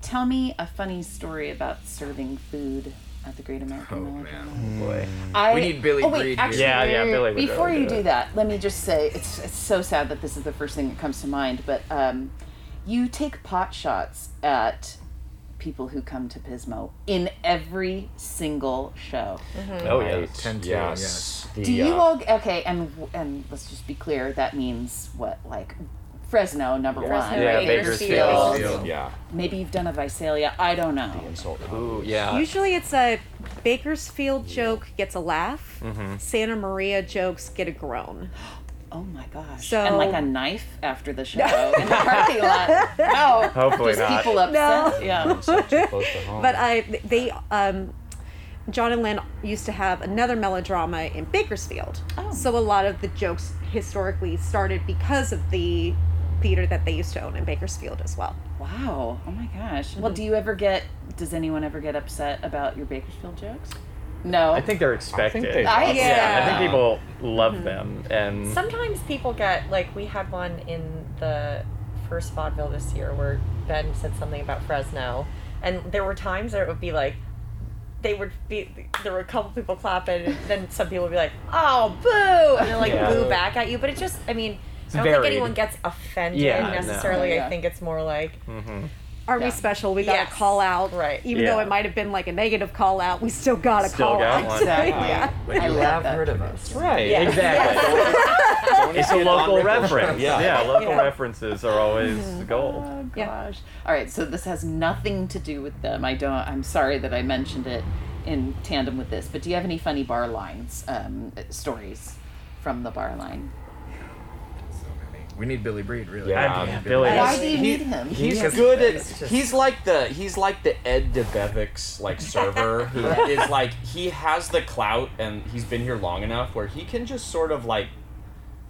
[SPEAKER 7] tell me a funny story about serving food at the Great American
[SPEAKER 2] Oh
[SPEAKER 7] Melodrama.
[SPEAKER 2] man.
[SPEAKER 3] Boy.
[SPEAKER 7] I,
[SPEAKER 2] We need Billy
[SPEAKER 7] oh, wait,
[SPEAKER 2] Breed here.
[SPEAKER 7] Actually,
[SPEAKER 3] Yeah, yeah, Billy would
[SPEAKER 7] Before
[SPEAKER 3] really
[SPEAKER 7] you
[SPEAKER 3] do
[SPEAKER 7] do
[SPEAKER 3] it.
[SPEAKER 7] that, let me just say it's, it's so sad that this is the first thing that comes to mind, but um, you take pot shots at people who come to Pismo in every single show.
[SPEAKER 3] Oh yeah.
[SPEAKER 6] Right,
[SPEAKER 2] Ten to,
[SPEAKER 6] yes. The,
[SPEAKER 7] Do you
[SPEAKER 6] uh,
[SPEAKER 7] all okay? And and let's just be clear. That means what, like Fresno number one,
[SPEAKER 5] Yeah,
[SPEAKER 7] right?
[SPEAKER 5] Bakersfield.
[SPEAKER 2] Bakersfield.
[SPEAKER 6] Yeah.
[SPEAKER 7] Maybe you've done a Visalia. I don't know.
[SPEAKER 6] Insult.
[SPEAKER 3] Ooh yeah.
[SPEAKER 4] Usually it's a Bakersfield joke gets a laugh,
[SPEAKER 3] Mm-hmm.
[SPEAKER 4] Santa Maria jokes get a groan.
[SPEAKER 7] Oh my gosh!
[SPEAKER 4] So-
[SPEAKER 7] and like a knife after the show in the parking lot. No,
[SPEAKER 3] Hopefully
[SPEAKER 7] just
[SPEAKER 3] not.
[SPEAKER 7] people upset. Yeah.
[SPEAKER 6] Insult too close to home.
[SPEAKER 4] But I they um John and Lynn used to have another melodrama in Bakersfield.
[SPEAKER 7] Oh.
[SPEAKER 4] So a lot of the jokes historically started because of the theater that they used to own in Bakersfield as well.
[SPEAKER 7] Wow. Oh my gosh. Well, do you ever get? Does anyone ever get upset about your Bakersfield jokes? No.
[SPEAKER 3] I think they're expected.
[SPEAKER 6] they-
[SPEAKER 7] I,
[SPEAKER 3] I
[SPEAKER 4] Yeah.
[SPEAKER 7] yeah.
[SPEAKER 3] think people love them, and
[SPEAKER 5] Sometimes people get like we had one in the first vaudeville this year where Ben said something about Fresno, and there were times that it would be like they would be there were a couple people clapping, and then some people would be like, "Oh, boo!" and then like
[SPEAKER 3] Yeah.
[SPEAKER 5] boo back at you. But it just, I mean, I don't
[SPEAKER 3] varied.
[SPEAKER 5] think anyone gets offended
[SPEAKER 3] Yeah, Hmm. no.
[SPEAKER 5] necessarily.
[SPEAKER 7] Yeah.
[SPEAKER 5] I think it's more like
[SPEAKER 4] Are we
[SPEAKER 7] Yeah.
[SPEAKER 4] special? We got
[SPEAKER 5] Yes.
[SPEAKER 4] a call out.
[SPEAKER 5] Right.
[SPEAKER 4] Even though
[SPEAKER 3] Yeah.
[SPEAKER 4] it might have been like a negative call out, we still got a
[SPEAKER 3] Still
[SPEAKER 4] call
[SPEAKER 3] got
[SPEAKER 4] out.
[SPEAKER 3] one.
[SPEAKER 7] Exactly.
[SPEAKER 4] Yeah.
[SPEAKER 2] But you
[SPEAKER 7] I love
[SPEAKER 2] have
[SPEAKER 7] that.
[SPEAKER 2] heard of us.
[SPEAKER 6] right.
[SPEAKER 5] Yeah.
[SPEAKER 3] exactly. it's a local reference.
[SPEAKER 6] Yeah.
[SPEAKER 3] Yeah, local
[SPEAKER 5] Yeah.
[SPEAKER 3] references are always gold.
[SPEAKER 7] Oh
[SPEAKER 4] Yeah.
[SPEAKER 7] gosh. All right, so this has nothing to do with them. I don't I'm sorry that I mentioned it in tandem with this, but do you have any funny bar lines, um, stories from the bar line?
[SPEAKER 2] We need Billy Breed, really.
[SPEAKER 6] Yeah,
[SPEAKER 2] I need
[SPEAKER 3] Billy.
[SPEAKER 7] Why
[SPEAKER 3] Yes.
[SPEAKER 7] do you need him?
[SPEAKER 6] He's
[SPEAKER 2] Because
[SPEAKER 6] good at.
[SPEAKER 2] it's just-
[SPEAKER 6] He's like the. He's like the Ed DeBevick's like server who is like he has the clout and he's been here long enough where he can just sort of like,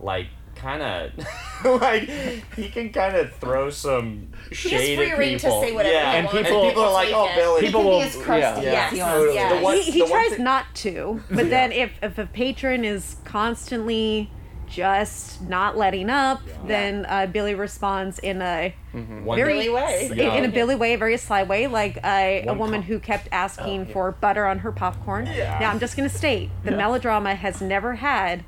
[SPEAKER 6] like kind of, like he can kind of throw some shade
[SPEAKER 5] free
[SPEAKER 6] at
[SPEAKER 5] reign to
[SPEAKER 6] people.
[SPEAKER 5] say whatever
[SPEAKER 6] yeah,
[SPEAKER 5] he
[SPEAKER 6] and
[SPEAKER 5] wants.
[SPEAKER 6] people,
[SPEAKER 5] And
[SPEAKER 6] and people are like,
[SPEAKER 5] take
[SPEAKER 6] oh
[SPEAKER 5] it."
[SPEAKER 6] Billy,
[SPEAKER 7] he can
[SPEAKER 3] people
[SPEAKER 7] be as
[SPEAKER 3] will-
[SPEAKER 7] crusty
[SPEAKER 6] yeah.
[SPEAKER 7] as he
[SPEAKER 5] Yes,
[SPEAKER 7] wants.
[SPEAKER 5] yes.
[SPEAKER 6] The one-
[SPEAKER 4] he, he
[SPEAKER 6] the
[SPEAKER 4] tries
[SPEAKER 6] thing-
[SPEAKER 4] not to but then if, if a patron is constantly just not letting up then uh, billy responds in a
[SPEAKER 6] one
[SPEAKER 4] very
[SPEAKER 5] Billy way.
[SPEAKER 4] in-
[SPEAKER 6] Yeah.
[SPEAKER 4] in a billy way a very sly way like uh, a
[SPEAKER 6] One
[SPEAKER 4] woman
[SPEAKER 6] cup.
[SPEAKER 4] who kept asking for butter on her popcorn
[SPEAKER 6] Yeah.
[SPEAKER 4] now i'm just going to state the melodrama has never had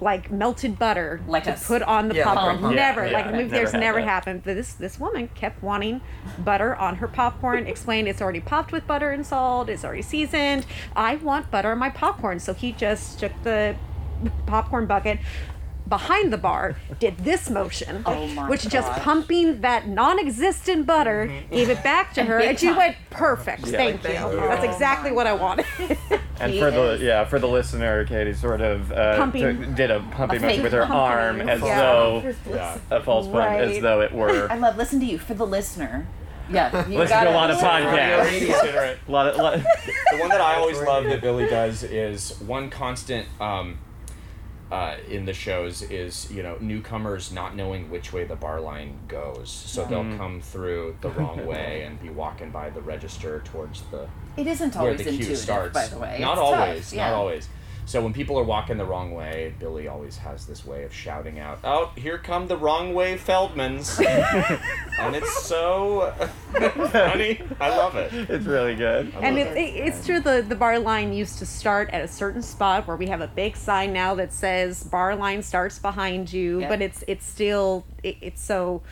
[SPEAKER 4] like melted butter
[SPEAKER 7] Like
[SPEAKER 4] to
[SPEAKER 7] us.
[SPEAKER 4] put on the
[SPEAKER 2] Yeah,
[SPEAKER 4] popcorn
[SPEAKER 2] pom-pom.
[SPEAKER 4] never
[SPEAKER 3] Yeah,
[SPEAKER 4] like
[SPEAKER 3] yeah,
[SPEAKER 4] the movie
[SPEAKER 3] never
[SPEAKER 4] there's
[SPEAKER 3] had
[SPEAKER 4] never
[SPEAKER 3] that.
[SPEAKER 4] happened but this this woman kept wanting butter on her popcorn explained it's already popped with butter and salt it's already seasoned i want butter on my popcorn so he just took the popcorn bucket behind the bar did this motion
[SPEAKER 7] Oh my
[SPEAKER 4] which just
[SPEAKER 7] gosh. Mm-hmm.
[SPEAKER 4] pumping that non-existent butter gave it back to her
[SPEAKER 7] big
[SPEAKER 4] and she
[SPEAKER 7] time.
[SPEAKER 4] went perfect thank you that's
[SPEAKER 7] Oh
[SPEAKER 4] exactly
[SPEAKER 7] my
[SPEAKER 4] what i wanted
[SPEAKER 3] And
[SPEAKER 7] He
[SPEAKER 3] for
[SPEAKER 7] is.
[SPEAKER 3] the yeah for the listener, Katie sort of uh,
[SPEAKER 4] Pumping.
[SPEAKER 3] took- did a pumping
[SPEAKER 7] A
[SPEAKER 3] motion
[SPEAKER 7] fake
[SPEAKER 3] with her
[SPEAKER 4] pumping.
[SPEAKER 3] arm as
[SPEAKER 4] Yeah.
[SPEAKER 3] though
[SPEAKER 6] Yeah.
[SPEAKER 3] a false pun as
[SPEAKER 4] Right.
[SPEAKER 3] though it were.
[SPEAKER 7] I love listen to you for the listener. Yeah, you
[SPEAKER 3] Listen
[SPEAKER 7] got
[SPEAKER 3] to a
[SPEAKER 7] it.
[SPEAKER 3] lot of podcasts.
[SPEAKER 6] Considerate.
[SPEAKER 3] A lot of, lot
[SPEAKER 6] The one that I always love that Billy does is one constant um, uh, in the shows is you know newcomers not knowing which way the bar line goes, so
[SPEAKER 7] Mm-hmm.
[SPEAKER 6] they'll come through the wrong way and be walking by the register towards the
[SPEAKER 7] It isn't
[SPEAKER 6] where
[SPEAKER 7] always
[SPEAKER 6] the queue
[SPEAKER 7] intuitive,
[SPEAKER 6] starts.
[SPEAKER 7] by the way.
[SPEAKER 6] Not
[SPEAKER 7] It's tough,
[SPEAKER 6] always,
[SPEAKER 7] yeah.
[SPEAKER 6] not always. So when people are walking the wrong way, Billy always has this way of shouting out, "Oh, here come the wrong way Feldmans," and it's so funny. I love it.
[SPEAKER 3] It's really good.
[SPEAKER 6] I
[SPEAKER 4] And
[SPEAKER 6] love
[SPEAKER 4] it, it, it's true the, the bar line used to start at a certain spot where we have a big sign now that says bar line starts behind you,
[SPEAKER 7] Yeah.
[SPEAKER 4] but it's it's still it, it's so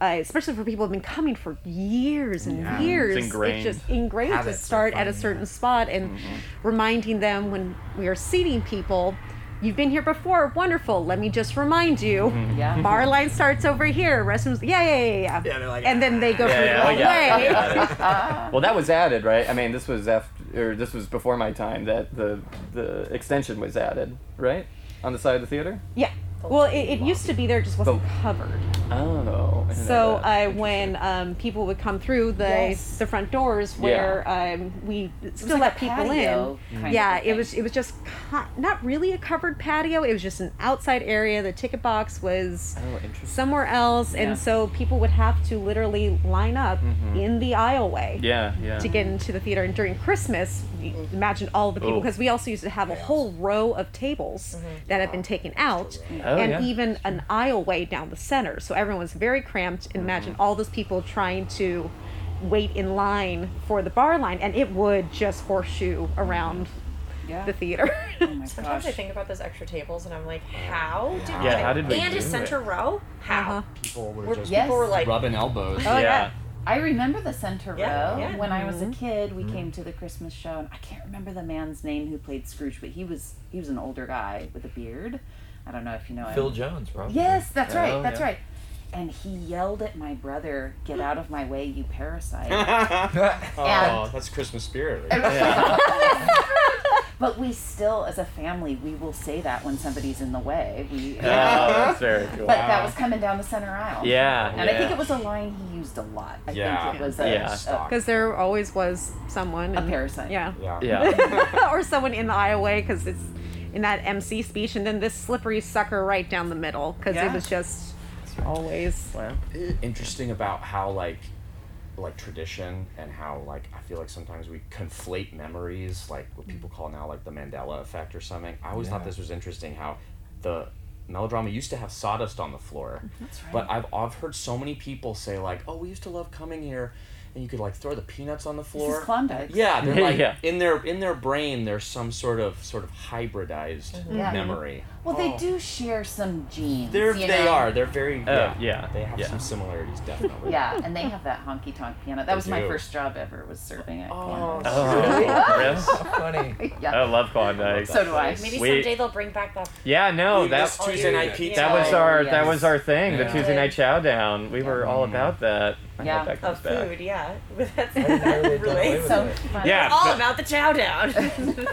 [SPEAKER 4] uh, especially for people who've been coming for years and
[SPEAKER 2] Yeah.
[SPEAKER 4] years,
[SPEAKER 3] It's ingrained.
[SPEAKER 4] just ingrained
[SPEAKER 2] Habits
[SPEAKER 4] to
[SPEAKER 2] are
[SPEAKER 4] start at a
[SPEAKER 2] fun,
[SPEAKER 4] certain spot and reminding them when we are seating people, you've been here before, wonderful. Let me just remind you,
[SPEAKER 7] Yeah.
[SPEAKER 4] bar line starts over here. Restrooms, yeah, yeah, yeah, yeah.
[SPEAKER 2] Yeah, they're like,
[SPEAKER 4] and then they go
[SPEAKER 3] Yeah, oh,
[SPEAKER 4] through
[SPEAKER 3] yeah,
[SPEAKER 4] the
[SPEAKER 3] I
[SPEAKER 4] wrong
[SPEAKER 3] got
[SPEAKER 4] way.
[SPEAKER 3] it, I
[SPEAKER 7] Ah.
[SPEAKER 3] got it. well, that was added, right? I mean, this was after, or this was before my time that the the extension was added, right? On the side of the theater.
[SPEAKER 4] Yeah.
[SPEAKER 7] Oh,
[SPEAKER 4] Well, it, it used to be there, just wasn't
[SPEAKER 3] The-
[SPEAKER 4] covered.
[SPEAKER 3] Oh.
[SPEAKER 4] So uh, when um, people would come through the
[SPEAKER 7] Yes.
[SPEAKER 4] the front doors, where um, we still
[SPEAKER 7] like
[SPEAKER 4] let
[SPEAKER 7] a
[SPEAKER 4] people
[SPEAKER 7] patio
[SPEAKER 3] Mm-hmm.
[SPEAKER 4] in.
[SPEAKER 7] kind of
[SPEAKER 4] yeah,
[SPEAKER 7] a
[SPEAKER 4] it
[SPEAKER 7] thing.
[SPEAKER 4] was it was just co- not really a covered patio. It was just an outside area. The ticket box was
[SPEAKER 3] Oh, interesting.
[SPEAKER 4] somewhere else,
[SPEAKER 7] Yeah.
[SPEAKER 4] and so people would have to literally line up
[SPEAKER 3] Mm-hmm.
[SPEAKER 4] in the aisleway.
[SPEAKER 3] Yeah, yeah.
[SPEAKER 4] To get into the theater, and during Christmas, y- imagine all the people
[SPEAKER 3] Oh.
[SPEAKER 4] because we also used to have a whole row of tables
[SPEAKER 7] Mm-hmm.
[SPEAKER 4] that had been taken out,
[SPEAKER 3] Oh,
[SPEAKER 4] and
[SPEAKER 3] yeah.
[SPEAKER 4] even an aisle way down the center. So everyone's very cramped.
[SPEAKER 3] Mm-hmm.
[SPEAKER 4] And Imagine all those people trying to wait in line for the bar line, and it would just horseshoe around
[SPEAKER 7] Mm-hmm. Yeah.
[SPEAKER 4] the theater.
[SPEAKER 7] Oh my
[SPEAKER 5] Sometimes
[SPEAKER 7] gosh.
[SPEAKER 5] I think about those extra tables, and I'm like, how did
[SPEAKER 3] Yeah, how did we
[SPEAKER 5] and
[SPEAKER 3] do
[SPEAKER 5] a center row? How?
[SPEAKER 2] people were
[SPEAKER 5] Where
[SPEAKER 2] just
[SPEAKER 7] Yes.
[SPEAKER 5] people were like,
[SPEAKER 6] rubbing elbows.
[SPEAKER 4] Oh, yeah.
[SPEAKER 3] yeah.
[SPEAKER 7] I remember the center
[SPEAKER 5] Yeah,
[SPEAKER 7] row.
[SPEAKER 5] yeah.
[SPEAKER 7] When I
[SPEAKER 3] Mm-hmm.
[SPEAKER 7] was a kid, we came to the Christmas show, and I can't remember the man's name who played Scrooge, but he was he was an older guy with a beard. I don't know if you know him.
[SPEAKER 2] Phil Jones, probably.
[SPEAKER 7] Yes, that's right.
[SPEAKER 3] Oh,
[SPEAKER 7] That's
[SPEAKER 3] yeah.
[SPEAKER 7] right. And he yelled at my brother, "Get out of my way, you parasite!"
[SPEAKER 6] oh, that's Christmas spirit. Right?
[SPEAKER 7] but we still, as a family, we will say that when somebody's in the way. We,
[SPEAKER 3] Oh, that's very cool.
[SPEAKER 7] but that was coming down the center aisle.
[SPEAKER 3] yeah.
[SPEAKER 7] And I think it was a line he used a lot. I
[SPEAKER 6] Yeah.
[SPEAKER 7] think it was a,
[SPEAKER 3] Yeah.
[SPEAKER 7] a,
[SPEAKER 4] Because there always was someone.
[SPEAKER 7] a
[SPEAKER 4] and-
[SPEAKER 7] parasite.
[SPEAKER 4] Yeah.
[SPEAKER 6] Yeah.
[SPEAKER 3] Yeah.
[SPEAKER 4] or someone in the aisle way because it's in that MC speech, and then this slippery sucker right down the middle because
[SPEAKER 7] Yeah.
[SPEAKER 4] it was just always.
[SPEAKER 3] Wow.
[SPEAKER 6] Interesting about how like like tradition and how like I feel like sometimes we conflate memories, like
[SPEAKER 7] Mm.
[SPEAKER 6] what people call now like the Mandela effect or something. I always thought
[SPEAKER 2] Yeah.
[SPEAKER 6] this was interesting how the melodrama used to have sawdust on the floor.
[SPEAKER 7] Mm, That's right.
[SPEAKER 6] But I've I've heard so many people say like, Oh, we used to love coming here and you could like throw the peanuts on the floor.
[SPEAKER 7] This is Klondike.
[SPEAKER 6] Yeah, they're like
[SPEAKER 3] Yeah.
[SPEAKER 6] in their in their brain. There's some sort of sort of hybridized
[SPEAKER 7] Mm-hmm. Yeah.
[SPEAKER 6] memory.
[SPEAKER 7] Well, they do share some genes.
[SPEAKER 6] They're
[SPEAKER 7] you
[SPEAKER 6] they
[SPEAKER 7] know?
[SPEAKER 6] are. They're very. yeah.
[SPEAKER 3] Oh, yeah,
[SPEAKER 6] They have
[SPEAKER 3] yeah.
[SPEAKER 6] some similarities, definitely.
[SPEAKER 7] Yeah, and they have that honky tonk piano. That was my
[SPEAKER 6] do.
[SPEAKER 7] first job ever was serving at
[SPEAKER 6] Oh,
[SPEAKER 7] Klondike.
[SPEAKER 3] Oh, Chris.
[SPEAKER 2] Funny.
[SPEAKER 7] Yeah.
[SPEAKER 3] I love Klondike.
[SPEAKER 7] so do I.
[SPEAKER 5] maybe
[SPEAKER 3] We-
[SPEAKER 5] someday they'll bring back that.
[SPEAKER 3] Yeah, no,
[SPEAKER 6] Ooh,
[SPEAKER 3] that
[SPEAKER 6] that's
[SPEAKER 5] oh,
[SPEAKER 6] Tuesday
[SPEAKER 5] yeah,
[SPEAKER 6] night
[SPEAKER 5] yeah.
[SPEAKER 6] pizza.
[SPEAKER 3] that was our that
[SPEAKER 7] Yes. Mm-hmm.
[SPEAKER 3] was our thing. The
[SPEAKER 2] Yeah.
[SPEAKER 3] Tuesday night chowdown. We were all about that. I
[SPEAKER 7] Yeah.
[SPEAKER 3] hope that
[SPEAKER 5] Of
[SPEAKER 3] comes back.
[SPEAKER 5] food, yeah. That's
[SPEAKER 2] I didn't know they'd done away
[SPEAKER 5] really
[SPEAKER 2] with
[SPEAKER 7] So
[SPEAKER 2] it.
[SPEAKER 7] fun.
[SPEAKER 3] Yeah,
[SPEAKER 5] all
[SPEAKER 3] but-
[SPEAKER 5] about the chow down.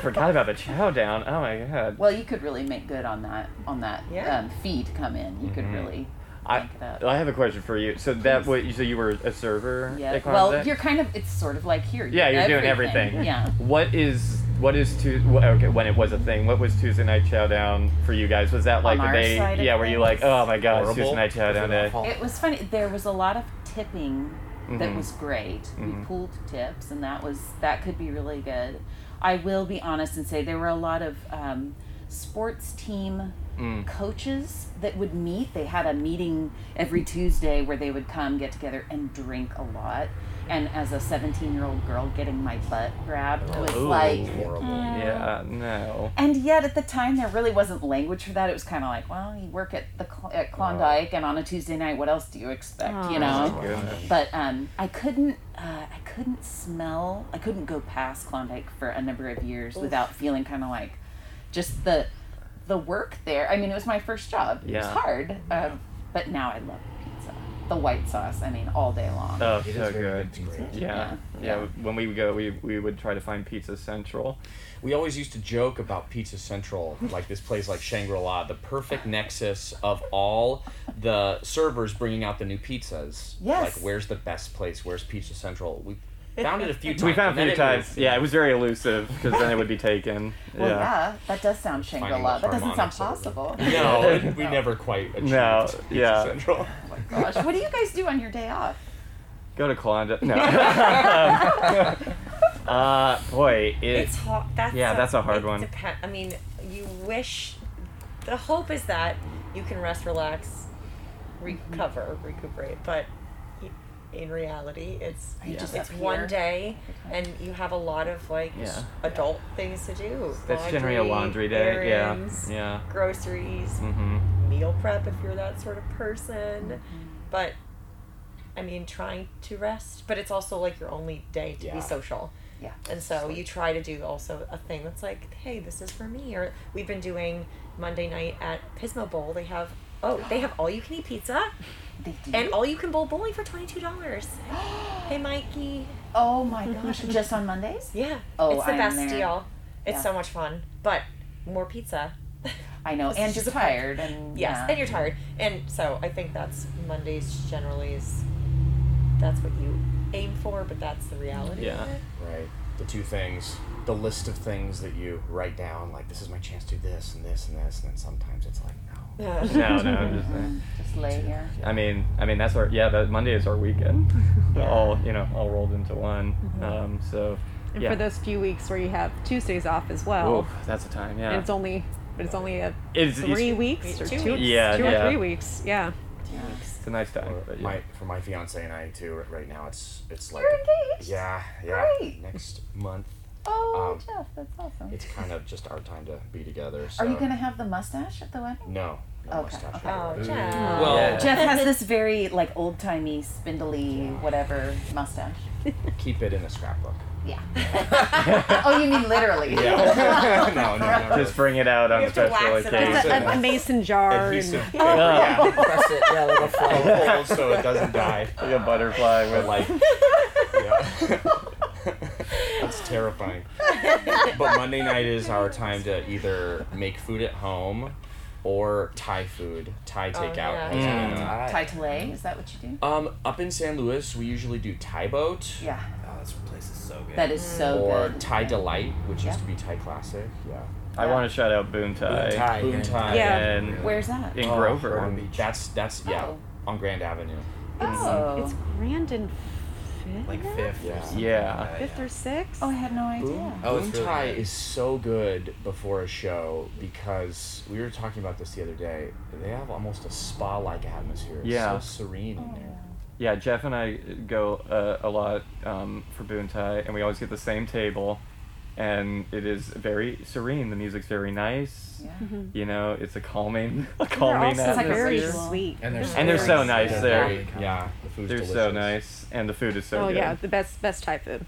[SPEAKER 3] forgot about the chowdown. Oh my god.
[SPEAKER 7] Well, you could really make good on that on that
[SPEAKER 5] Yeah.
[SPEAKER 7] um, feed come in. You could really.
[SPEAKER 3] Mm-hmm. I,
[SPEAKER 7] Think about-
[SPEAKER 3] I have a question for you. So that what so you were a server
[SPEAKER 7] Yeah.
[SPEAKER 3] at
[SPEAKER 7] Well,
[SPEAKER 3] Klondike?
[SPEAKER 7] you're kind of. It's sort of like here.
[SPEAKER 3] Yeah, you're doing everything.
[SPEAKER 7] Yeah.
[SPEAKER 3] What is what is Tu- wh- okay when it was a thing? What was Tuesday night chowdown for you guys? Was that like
[SPEAKER 7] On
[SPEAKER 3] the
[SPEAKER 7] our
[SPEAKER 3] day?
[SPEAKER 7] side of
[SPEAKER 3] Yeah, were you like,
[SPEAKER 7] things?
[SPEAKER 3] oh my god, it's
[SPEAKER 6] Horrible.
[SPEAKER 3] Tuesday night chowdown day?
[SPEAKER 7] It was funny. There was a lot of tipping that
[SPEAKER 3] Mhm.
[SPEAKER 7] was great. We pooled tips, and that was that could be really good. I will be honest and say there were a lot of um, sports team coaches that would meet. They had a meeting every Tuesday where they would come get together and drink a lot. And as a 17 year old girl getting my butt grabbed was
[SPEAKER 3] Ooh.
[SPEAKER 7] like,
[SPEAKER 6] Horrible.
[SPEAKER 7] Mm.
[SPEAKER 3] Yeah, no.
[SPEAKER 7] and yet, at the time, there really wasn't language for that. It was kind of like, well, you work at the Kl- at Klondike, and on a Tuesday night, what else do you expect? you know. But um, I couldn't, uh, I couldn't smell. I couldn't go past Klondike for a number of years without feeling kind of like, just the, the work there. I mean, it was my first job. It was
[SPEAKER 3] Yeah.
[SPEAKER 7] hard. Um, but now I love pizza, the white sauce. I mean, all day long.
[SPEAKER 3] Oh,
[SPEAKER 2] It is
[SPEAKER 3] so
[SPEAKER 2] very
[SPEAKER 3] good.
[SPEAKER 2] good pizza.
[SPEAKER 3] Yeah.
[SPEAKER 7] Yeah.
[SPEAKER 3] yeah, When we would go, we we would try to find Pizza Central.
[SPEAKER 6] We always used to joke about Pizza Central, like this place like Shangri La, the perfect nexus of all the servers bringing out the new pizzas.
[SPEAKER 7] Yes.
[SPEAKER 6] Like, where's the best place? Where's Pizza Central? We Found it a few times.
[SPEAKER 3] So we found a
[SPEAKER 6] and
[SPEAKER 3] few
[SPEAKER 6] then it
[SPEAKER 3] times.
[SPEAKER 6] was-
[SPEAKER 3] yeah, it was very elusive because then it would be taken.
[SPEAKER 7] Well, yeah.
[SPEAKER 3] yeah.
[SPEAKER 7] that does sound Shangri La. That doesn't sound
[SPEAKER 6] harmonics or
[SPEAKER 7] possible.
[SPEAKER 6] No, it- we never quite achieved
[SPEAKER 3] No,
[SPEAKER 6] Pizza
[SPEAKER 3] yeah.
[SPEAKER 6] Central.
[SPEAKER 7] Gosh, what do you guys do on your day off?
[SPEAKER 3] Go to Klondike. No. Um, uh, boy, it,
[SPEAKER 5] It's hard. That's
[SPEAKER 3] Yeah, that's a hard
[SPEAKER 5] it
[SPEAKER 3] one.
[SPEAKER 5] depen- I mean, you wish. The hope is that you can rest, relax, recover,
[SPEAKER 3] Mm-hmm.
[SPEAKER 5] recuperate. But y- in reality, it's
[SPEAKER 7] I just
[SPEAKER 5] it's
[SPEAKER 7] up here.
[SPEAKER 5] one day, and you have a lot of like
[SPEAKER 3] Yeah.
[SPEAKER 5] adult things to do.
[SPEAKER 3] that's generally a laundry day.
[SPEAKER 5] errands,
[SPEAKER 3] Yeah,
[SPEAKER 5] Groceries,
[SPEAKER 3] yeah. Mm-hmm.
[SPEAKER 5] meal prep if you're that sort of person.
[SPEAKER 7] Mm-hmm.
[SPEAKER 5] But I mean, trying to rest, but it's also like your only day to
[SPEAKER 6] Yeah.
[SPEAKER 5] be social.
[SPEAKER 7] Yeah.
[SPEAKER 5] And so you try to do also a thing that's like, hey, this is for me. Or we've been doing Monday night at Pismo Bowl. They have oh, they have all you can eat pizza
[SPEAKER 7] They do.
[SPEAKER 5] and all you can bowl bowling for twenty two dollars. hey, Mikey.
[SPEAKER 7] oh my gosh, just on Mondays?
[SPEAKER 5] Yeah.
[SPEAKER 7] Oh,
[SPEAKER 5] it's the
[SPEAKER 7] I am
[SPEAKER 5] best
[SPEAKER 7] there.
[SPEAKER 5] deal. It's
[SPEAKER 7] Yeah.
[SPEAKER 5] so much fun, but more pizza.
[SPEAKER 7] I know, Oh, and you're
[SPEAKER 5] Just-
[SPEAKER 7] tired, and
[SPEAKER 5] Yes,
[SPEAKER 7] yeah.
[SPEAKER 5] and you're tired. And so I think that's Mondays generally is that's what you aim for, but that's the reality.
[SPEAKER 3] Yeah.
[SPEAKER 5] Of it.
[SPEAKER 6] Right. The two things, the list of things that you write down, like this is my chance to do this and this and this, and then sometimes it's like no.
[SPEAKER 5] Yeah.
[SPEAKER 3] No, no. I'm just saying.
[SPEAKER 7] just lay here.
[SPEAKER 3] I mean, I mean that's our yeah. That Monday is our weekend. all you know, all rolled into one. Um, so
[SPEAKER 4] And
[SPEAKER 3] yeah.
[SPEAKER 4] for those few weeks where you have Tuesdays off as well,
[SPEAKER 3] Ooh, that's a time. Yeah.
[SPEAKER 4] and it's only but it's only a
[SPEAKER 3] It's- it's-
[SPEAKER 4] three weeks or
[SPEAKER 5] Two
[SPEAKER 4] two,
[SPEAKER 5] weeks.
[SPEAKER 3] Yeah,
[SPEAKER 4] two
[SPEAKER 3] yeah.
[SPEAKER 4] or three weeks. Yeah.
[SPEAKER 3] It's a nice time.
[SPEAKER 6] Or
[SPEAKER 3] But yeah.
[SPEAKER 6] my for my fiance and I too. r- Right now, it's it's like
[SPEAKER 7] You're engaged?
[SPEAKER 6] yeah, yeah.
[SPEAKER 7] Great.
[SPEAKER 6] Next month,
[SPEAKER 7] Oh,
[SPEAKER 6] Um,
[SPEAKER 7] Jeff, that's awesome.
[SPEAKER 6] it's kind of just our time to be together. So.
[SPEAKER 7] Are you gonna have the mustache at the wedding?
[SPEAKER 6] No. no
[SPEAKER 7] Okay,
[SPEAKER 6] mustache.
[SPEAKER 7] okay.
[SPEAKER 5] Oh, Jeff.
[SPEAKER 6] Well,
[SPEAKER 3] Yeah.
[SPEAKER 7] Jeff has this very like old timey, spindly, whatever mustache.
[SPEAKER 6] keep it in a scrapbook.
[SPEAKER 7] Yeah. oh, you mean literally?
[SPEAKER 6] Yeah. no, no, no.
[SPEAKER 3] Just bring it out on
[SPEAKER 5] You have to
[SPEAKER 3] special
[SPEAKER 5] wax it up.
[SPEAKER 3] occasion.
[SPEAKER 4] A, a mason jar.
[SPEAKER 6] adhesive.
[SPEAKER 4] And,
[SPEAKER 6] paper, yeah.
[SPEAKER 2] Press it, yeah, like a flower.
[SPEAKER 6] Fold so it doesn't die.
[SPEAKER 3] Like a butterfly with
[SPEAKER 6] Like, yeah. That's terrifying. But Monday night is our time to either make food at home or Thai food,
[SPEAKER 7] Oh,
[SPEAKER 6] Thai takeout.
[SPEAKER 5] yeah.
[SPEAKER 6] as
[SPEAKER 3] Mm.
[SPEAKER 6] well.
[SPEAKER 7] Tie to lay? Is that what you do?
[SPEAKER 6] Um, up in San Luis, we usually do Thai boat
[SPEAKER 7] Yeah.
[SPEAKER 2] Oh, this place is so good.
[SPEAKER 7] That is so
[SPEAKER 6] or
[SPEAKER 7] good.
[SPEAKER 6] Thai delight, which
[SPEAKER 7] Yeah.
[SPEAKER 6] used to be Thai classic. Yeah.
[SPEAKER 3] I want to shout out Boon
[SPEAKER 2] Boon
[SPEAKER 3] Thai.
[SPEAKER 2] Thai.
[SPEAKER 6] Boon Thai.
[SPEAKER 4] Yeah.
[SPEAKER 3] And
[SPEAKER 7] Where's that?
[SPEAKER 3] in
[SPEAKER 6] Oh,
[SPEAKER 3] Grover.
[SPEAKER 6] on- That's that's yeah,
[SPEAKER 7] Oh.
[SPEAKER 6] on Grand Avenue.
[SPEAKER 7] oh.
[SPEAKER 4] it's grand and fifth,
[SPEAKER 2] Like fifth.
[SPEAKER 6] Yeah.
[SPEAKER 2] Or something
[SPEAKER 3] Yeah.
[SPEAKER 2] Like that,
[SPEAKER 4] fifth or sixth.
[SPEAKER 7] oh, I had no idea.
[SPEAKER 2] Oh, it's
[SPEAKER 6] Boom
[SPEAKER 2] really
[SPEAKER 6] Thai
[SPEAKER 2] good.
[SPEAKER 6] is so good before a show because we were talking about this the other day. They have almost a spa-like atmosphere. It's
[SPEAKER 3] Yeah.
[SPEAKER 6] so serene in there.
[SPEAKER 3] Yeah, Jeff and I go uh, a lot um, for Boon Thai, and we always get the same table, and it is very serene. The music's very nice.
[SPEAKER 7] Yeah.
[SPEAKER 4] Mm-hmm.
[SPEAKER 3] You know, it's a calming, a
[SPEAKER 4] And they're
[SPEAKER 3] calming
[SPEAKER 4] also
[SPEAKER 7] like
[SPEAKER 3] atmosphere.
[SPEAKER 4] very
[SPEAKER 7] atmosphere.
[SPEAKER 4] sweet.
[SPEAKER 2] And they're so,
[SPEAKER 3] And they're so nice there.
[SPEAKER 6] Very- yeah, the food's
[SPEAKER 3] They're
[SPEAKER 6] delicious.
[SPEAKER 3] so nice, and the food is so
[SPEAKER 4] oh
[SPEAKER 3] good.
[SPEAKER 4] yeah, the best best Thai food.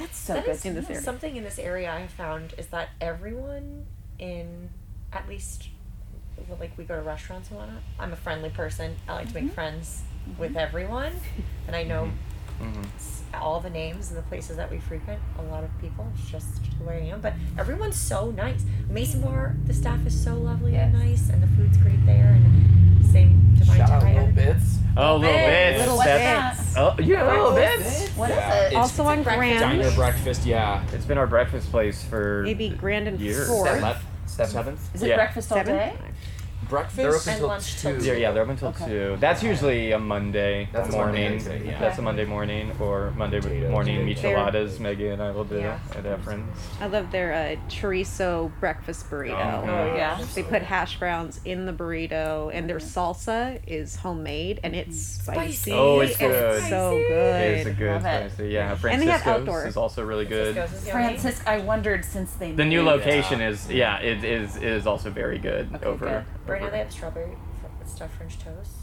[SPEAKER 7] That's so
[SPEAKER 5] That
[SPEAKER 7] good.
[SPEAKER 5] is
[SPEAKER 7] to
[SPEAKER 4] in this
[SPEAKER 7] know.
[SPEAKER 4] area.
[SPEAKER 5] Something in this area I have found is that everyone in at least well, like we go to restaurants and whatnot. I'm a friendly person. I like
[SPEAKER 4] Mm-hmm.
[SPEAKER 5] to make friends with everyone, and I know
[SPEAKER 2] Mm-hmm.
[SPEAKER 3] Mhm.
[SPEAKER 5] s- all the names and the places that we frequent. A lot of people. It's just who I am. But everyone's so nice. Mason Bar, the staff is so lovely and
[SPEAKER 7] Yes.
[SPEAKER 5] nice, and the food's great there. And same divine
[SPEAKER 2] Shout out
[SPEAKER 5] Tire.
[SPEAKER 2] little bits.
[SPEAKER 3] Oh, little bits.
[SPEAKER 7] Little
[SPEAKER 3] That's-
[SPEAKER 7] bits.
[SPEAKER 3] Oh, you have little bits.
[SPEAKER 7] What is
[SPEAKER 5] Uh,
[SPEAKER 6] Yeah,
[SPEAKER 7] it?
[SPEAKER 6] it's
[SPEAKER 4] also on
[SPEAKER 6] Diner
[SPEAKER 4] Grand,
[SPEAKER 6] breakfast, yeah.
[SPEAKER 3] It's been our breakfast place for
[SPEAKER 4] maybe Grand and
[SPEAKER 3] years.
[SPEAKER 4] Fourth.
[SPEAKER 6] Ele-
[SPEAKER 2] Seventh.
[SPEAKER 6] seventh?
[SPEAKER 7] Is it
[SPEAKER 3] yeah.
[SPEAKER 7] breakfast all
[SPEAKER 4] Seven?
[SPEAKER 7] day?
[SPEAKER 2] They're
[SPEAKER 6] Breakfast?
[SPEAKER 2] open
[SPEAKER 5] And
[SPEAKER 2] till
[SPEAKER 5] lunch till
[SPEAKER 2] two.
[SPEAKER 3] Yeah, yeah, they're up until
[SPEAKER 7] Okay.
[SPEAKER 3] two. That's usually a Monday
[SPEAKER 2] That's a Monday
[SPEAKER 3] morning.
[SPEAKER 2] thing,
[SPEAKER 6] yeah.
[SPEAKER 3] That's a Monday morning or Monday
[SPEAKER 6] Potatoes.
[SPEAKER 3] morning
[SPEAKER 4] Potatoes.
[SPEAKER 3] micheladas. Megan and I will do
[SPEAKER 5] Yeah.
[SPEAKER 3] at Efren's.
[SPEAKER 4] I love their uh, chorizo breakfast burrito.
[SPEAKER 5] Oh, yeah.
[SPEAKER 4] They put hash browns in the burrito, and their salsa is homemade, and it's spicy.
[SPEAKER 3] Oh, it's
[SPEAKER 4] and
[SPEAKER 3] good.
[SPEAKER 4] so
[SPEAKER 3] It's a
[SPEAKER 4] good.
[SPEAKER 3] good
[SPEAKER 7] Love it.
[SPEAKER 3] place. Yeah,
[SPEAKER 4] And they have
[SPEAKER 3] Francisco's
[SPEAKER 4] outdoor.
[SPEAKER 3] is also really good.
[SPEAKER 5] Francisco's is yummy.
[SPEAKER 7] Francisco, I wondered since they
[SPEAKER 3] The new
[SPEAKER 7] moved.
[SPEAKER 3] location is yeah, it is is also very good
[SPEAKER 7] Okay,
[SPEAKER 3] over.
[SPEAKER 5] Right now
[SPEAKER 3] over-
[SPEAKER 5] they have strawberry fr- stuffed French toast.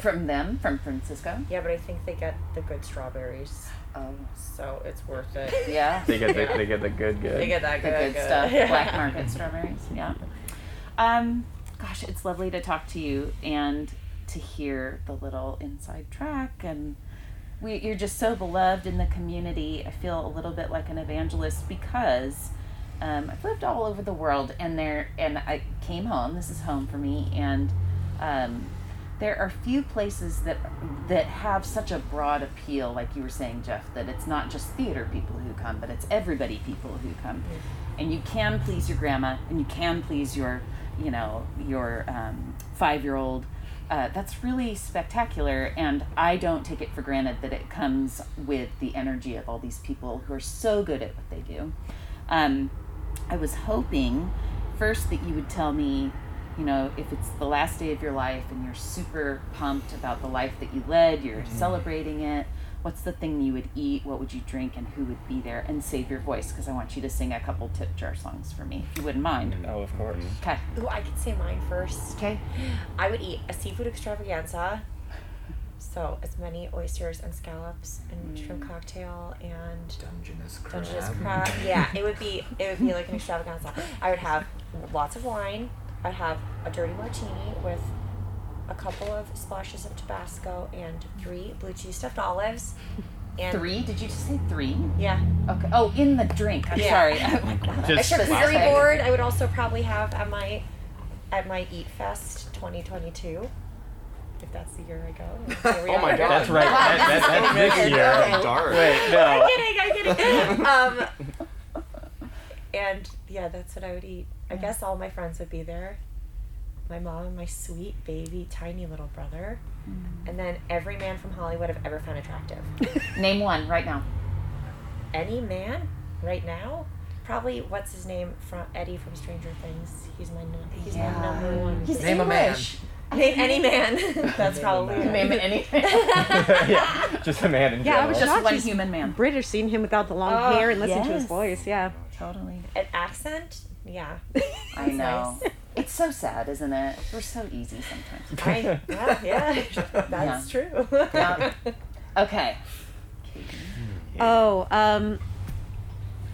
[SPEAKER 7] from them from Francisco.
[SPEAKER 5] Yeah, but I think they get the good strawberries,
[SPEAKER 7] Oh,
[SPEAKER 5] so it's worth it.
[SPEAKER 7] yeah.
[SPEAKER 3] They get the, they get the good good.
[SPEAKER 5] They get that
[SPEAKER 7] the
[SPEAKER 5] good,
[SPEAKER 7] good stuff, black market strawberries. Yeah. Um, gosh, it's lovely to talk to you and to hear the little inside track and we, you're just so beloved in the community. I feel a little bit like an evangelist because um, I've lived all over the world and there and I came home. This is home for me and um, there are few places that that have such a broad appeal, like you were saying, Jeff, that it's not just theater people who come, but it's everybody people who come, and you can please your grandma, and you can please your, you know, your um, five year old. Uh, that's really spectacular, and I don't take it for granted that it comes with the energy of all these people who are so good at what they do. Um, I was hoping first that you would tell me, you know, if it's the last day of your life and you're super pumped about the life that you led, you're celebrating it, what's the thing you would eat, what would you drink, and who would be there, and save your voice because I want you to sing a couple tip jar songs for me, if you wouldn't mind.
[SPEAKER 2] Oh, of course.
[SPEAKER 7] Okay.
[SPEAKER 5] Ooh, I could say mine first.
[SPEAKER 7] Okay.
[SPEAKER 5] I would eat a seafood extravaganza. So as many oysters and scallops and
[SPEAKER 7] Mm-hmm.
[SPEAKER 5] shrimp cocktail and
[SPEAKER 2] Dungeness crab.
[SPEAKER 5] Dungeness crab. Yeah, it would be it would be like an extravaganza. I would have lots of wine. I'd have a dirty martini with a couple of splashes of Tabasco and three blue cheese stuffed olives. And
[SPEAKER 7] Three? Did you just say three?
[SPEAKER 5] Yeah.
[SPEAKER 7] Okay. Oh, in the drink. I'm
[SPEAKER 5] Yeah.
[SPEAKER 7] sorry. I'm like,
[SPEAKER 5] I
[SPEAKER 3] Just
[SPEAKER 5] should have
[SPEAKER 7] wow.
[SPEAKER 5] very board. I would also probably have at my at my Eat Fest 2022, if that's the year I go. Here we
[SPEAKER 6] Oh my
[SPEAKER 5] are.
[SPEAKER 6] God.
[SPEAKER 3] That's right. That, that, that's this year.
[SPEAKER 6] Dark.
[SPEAKER 3] Wait,
[SPEAKER 5] I'm
[SPEAKER 3] no.
[SPEAKER 5] kidding. I'm kidding. Um, and yeah, that's what I would eat. I guess all my friends would be there. My mom, my sweet baby, tiny little brother,
[SPEAKER 7] Mm.
[SPEAKER 5] and then every man from Hollywood I've ever found attractive.
[SPEAKER 7] Name one right now.
[SPEAKER 5] Any man right now, probably what's his name from Eddie from Stranger Things. He's my nu- he's my number one.
[SPEAKER 7] He's
[SPEAKER 2] Name a man.
[SPEAKER 7] English.
[SPEAKER 5] Name any man. That's probably it.
[SPEAKER 7] Name anything.
[SPEAKER 3] yeah, just a man in
[SPEAKER 4] Yeah, I
[SPEAKER 3] general.
[SPEAKER 4] was
[SPEAKER 7] Just
[SPEAKER 4] Not
[SPEAKER 7] one
[SPEAKER 4] just-
[SPEAKER 7] human man.
[SPEAKER 4] British seen him without the long
[SPEAKER 5] Oh,
[SPEAKER 4] hair and listened to his
[SPEAKER 7] yes.
[SPEAKER 4] voice. Yeah.
[SPEAKER 7] Totally.
[SPEAKER 5] an accent. Yeah,
[SPEAKER 7] I know. It's so sad, isn't it? We're so easy sometimes.
[SPEAKER 5] I, yeah, yeah, that's true.
[SPEAKER 7] Yeah. Okay.
[SPEAKER 4] Oh, um,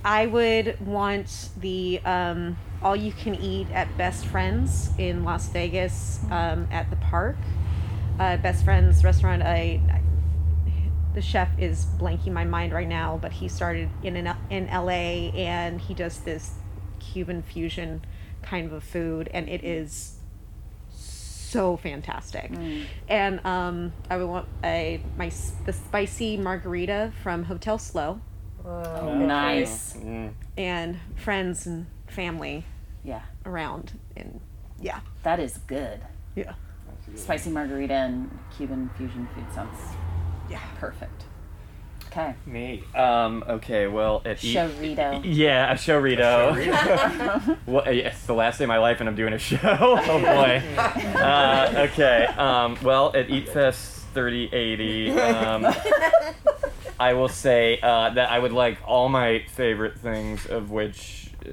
[SPEAKER 4] I would want the um, all you can eat at Best Friends in Las Vegas um, at the park. Uh, Best Friends restaurant. I, I the chef is blanking my mind right now, but he started in an, in L.A. and he does this Cuban fusion kind of a food, and it is so fantastic. And um, I would want a my s- the spicy margarita from Hotel Slow
[SPEAKER 5] Whoa.
[SPEAKER 7] Nice.
[SPEAKER 3] Mm.
[SPEAKER 4] and friends and family
[SPEAKER 7] Yeah,
[SPEAKER 4] around and yeah.
[SPEAKER 7] that is good.
[SPEAKER 4] Yeah.
[SPEAKER 7] Spicy margarita and Cuban fusion food sounds
[SPEAKER 4] Yeah.
[SPEAKER 7] perfect. Okay.
[SPEAKER 3] Me. Um, okay, well, at eat-
[SPEAKER 7] Chorito.
[SPEAKER 3] Yeah, a showrito. well, yeah, it's the last day of my life, and I'm doing a show. oh boy. Uh, okay. Um, well, at Eat Fest 3080, um, I will say uh, that I would like all my favorite things, of which uh,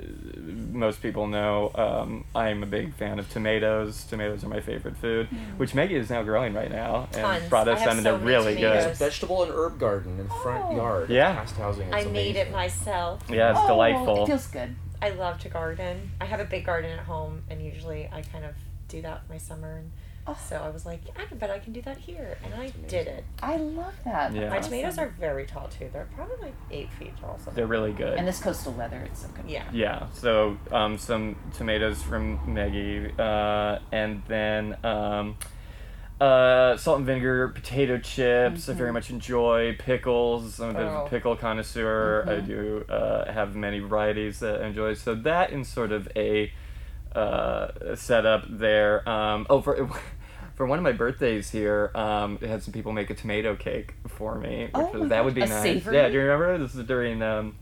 [SPEAKER 3] most people know. Um, I'm a big fan of tomatoes. Tomatoes are my favorite food, which Maggie is now growing right now, and
[SPEAKER 5] Tons.
[SPEAKER 3] brought
[SPEAKER 5] Mm. I
[SPEAKER 3] us
[SPEAKER 5] have
[SPEAKER 3] some, and
[SPEAKER 5] so
[SPEAKER 3] they're
[SPEAKER 5] many
[SPEAKER 3] really
[SPEAKER 5] tomatoes.
[SPEAKER 3] good.
[SPEAKER 6] There's a vegetable and herb garden in the front
[SPEAKER 5] Oh.
[SPEAKER 6] yard.
[SPEAKER 3] Yeah.
[SPEAKER 6] Past housing. It's
[SPEAKER 5] I made it
[SPEAKER 6] amazing.
[SPEAKER 5] myself.
[SPEAKER 3] Yeah, it's
[SPEAKER 7] Oh,
[SPEAKER 3] delightful.
[SPEAKER 7] It feels good.
[SPEAKER 5] I love to garden. I have a big garden at home, and usually I kind of do that my summer. And so I was like, I bet I can do that here, and I did it.
[SPEAKER 7] I love that.
[SPEAKER 3] Yeah.
[SPEAKER 5] My tomatoes are very tall too. They're probably like eight feet tall. So
[SPEAKER 3] they're really good.
[SPEAKER 7] And this coastal weather, it's so good.
[SPEAKER 5] yeah.
[SPEAKER 3] Yeah, so um, some tomatoes from Maggie, uh, and then um, uh, salt and vinegar potato chips. I
[SPEAKER 7] Mm-hmm.
[SPEAKER 3] very much enjoy pickles. I'm a bit of
[SPEAKER 5] Oh.
[SPEAKER 3] a pickle connoisseur.
[SPEAKER 7] Mm-hmm.
[SPEAKER 3] I do uh, have many varieties that I enjoy. So that in sort of a uh, setup there. Um, oh, for for one of my birthdays here, um, I had some people make a tomato cake for me. Which
[SPEAKER 7] Oh
[SPEAKER 3] was-
[SPEAKER 7] my
[SPEAKER 3] that would be
[SPEAKER 7] gosh, a
[SPEAKER 3] nice.
[SPEAKER 7] savory?
[SPEAKER 3] Yeah, do you remember? This is during. Um,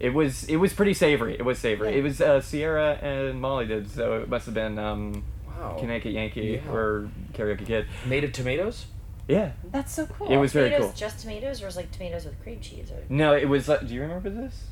[SPEAKER 3] it was it was pretty savory. It was savory. It was uh, Sierra and Molly did, so it must have been um,
[SPEAKER 6] Wow.
[SPEAKER 3] Connecticut Yankee
[SPEAKER 6] Oh. Yeah.
[SPEAKER 3] or Karaoke Kid.
[SPEAKER 6] Made of tomatoes?
[SPEAKER 3] Mm-hmm. Yeah,
[SPEAKER 7] That's so cool.
[SPEAKER 3] it was very
[SPEAKER 5] tomatoes,
[SPEAKER 3] cool.
[SPEAKER 5] just tomatoes, or is like tomatoes with cream cheese? Or
[SPEAKER 3] No, it was. like do you remember this?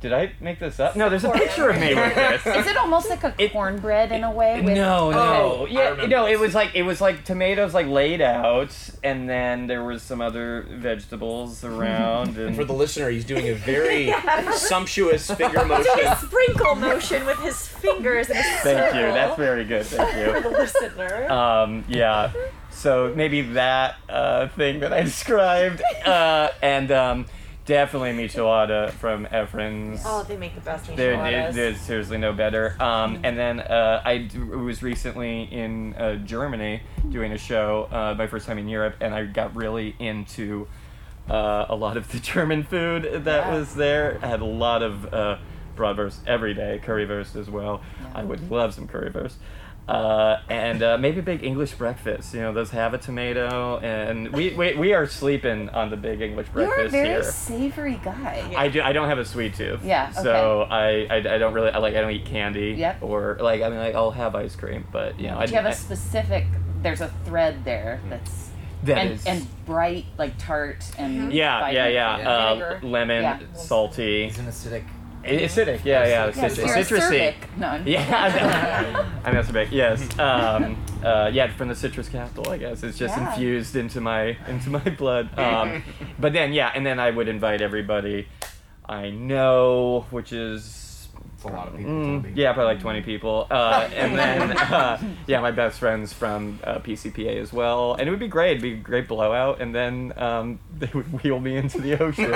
[SPEAKER 3] Did I make this up? No, there's a
[SPEAKER 5] Poor
[SPEAKER 3] picture of me with this.
[SPEAKER 7] Is it almost like a cornbread in a way? With,
[SPEAKER 3] no, no,
[SPEAKER 6] Oh, I
[SPEAKER 3] yeah,
[SPEAKER 6] remember
[SPEAKER 3] no. It
[SPEAKER 6] this.
[SPEAKER 3] was like it was like tomatoes like laid out, and then there was some other vegetables around. And
[SPEAKER 6] For the listener, he's doing a very sumptuous finger motion.
[SPEAKER 5] a sprinkle motion with his fingers in a
[SPEAKER 3] thank
[SPEAKER 5] circle.
[SPEAKER 3] you, that's very good. Thank
[SPEAKER 5] for the
[SPEAKER 3] you.
[SPEAKER 5] listener.
[SPEAKER 3] Um, yeah. So maybe that uh, thing that I described, uh, and um, Definitely michelada from Efren's.
[SPEAKER 5] Oh, they make the best
[SPEAKER 3] There,
[SPEAKER 5] enchiladas.
[SPEAKER 3] there's seriously no better. Um,
[SPEAKER 7] Mm-hmm.
[SPEAKER 3] and then uh, I d- was recently in uh, Germany doing a show, uh, my first time in Europe, and I got really into uh, a lot of the German food that was there. I had a lot of uh, bratwurst every day, currywurst as well. I would love some currywurst. Uh, and uh, maybe a big English breakfast. You know, those have a tomato, and we, we, we are sleeping on the big English
[SPEAKER 7] You're a
[SPEAKER 3] breakfast
[SPEAKER 7] very
[SPEAKER 3] here.
[SPEAKER 7] savory guy.
[SPEAKER 3] I do. I don't have a sweet tooth.
[SPEAKER 7] Yeah,
[SPEAKER 3] So I, I, I don't really I like I don't eat candy.
[SPEAKER 7] Yep.
[SPEAKER 3] Or like I mean like I'll have ice cream, but you know I
[SPEAKER 7] Do you have
[SPEAKER 3] I-
[SPEAKER 7] a specific? There's a thread there that's
[SPEAKER 3] that
[SPEAKER 7] and,
[SPEAKER 3] is-
[SPEAKER 7] and bright, like tart
[SPEAKER 5] Mm-hmm.
[SPEAKER 7] and
[SPEAKER 3] yeah yeah
[SPEAKER 7] vibrant.
[SPEAKER 3] yeah,
[SPEAKER 5] Vinegar.
[SPEAKER 3] Um, lemon
[SPEAKER 7] Yeah.
[SPEAKER 3] salty
[SPEAKER 2] He's an acidic.
[SPEAKER 3] It- acidic yeah yeah,
[SPEAKER 7] Yeah,
[SPEAKER 3] citru-
[SPEAKER 7] you're acerbic.
[SPEAKER 3] citrusy
[SPEAKER 7] No, I'm-
[SPEAKER 3] yeah I know. I'm acerbic yes um, uh, yeah from the citrus capital I guess it's just
[SPEAKER 7] Yeah.
[SPEAKER 3] infused into my into my blood um, but then yeah and then I would invite everybody I know which is
[SPEAKER 2] It's a lot of people.
[SPEAKER 3] Mm,
[SPEAKER 2] Toby.
[SPEAKER 3] yeah, probably like 20 people. Uh, and then, uh, yeah, my best friends from uh, PCPA as well. And it would be great. It'd be a great blowout. And then um, they would wheel me into the ocean.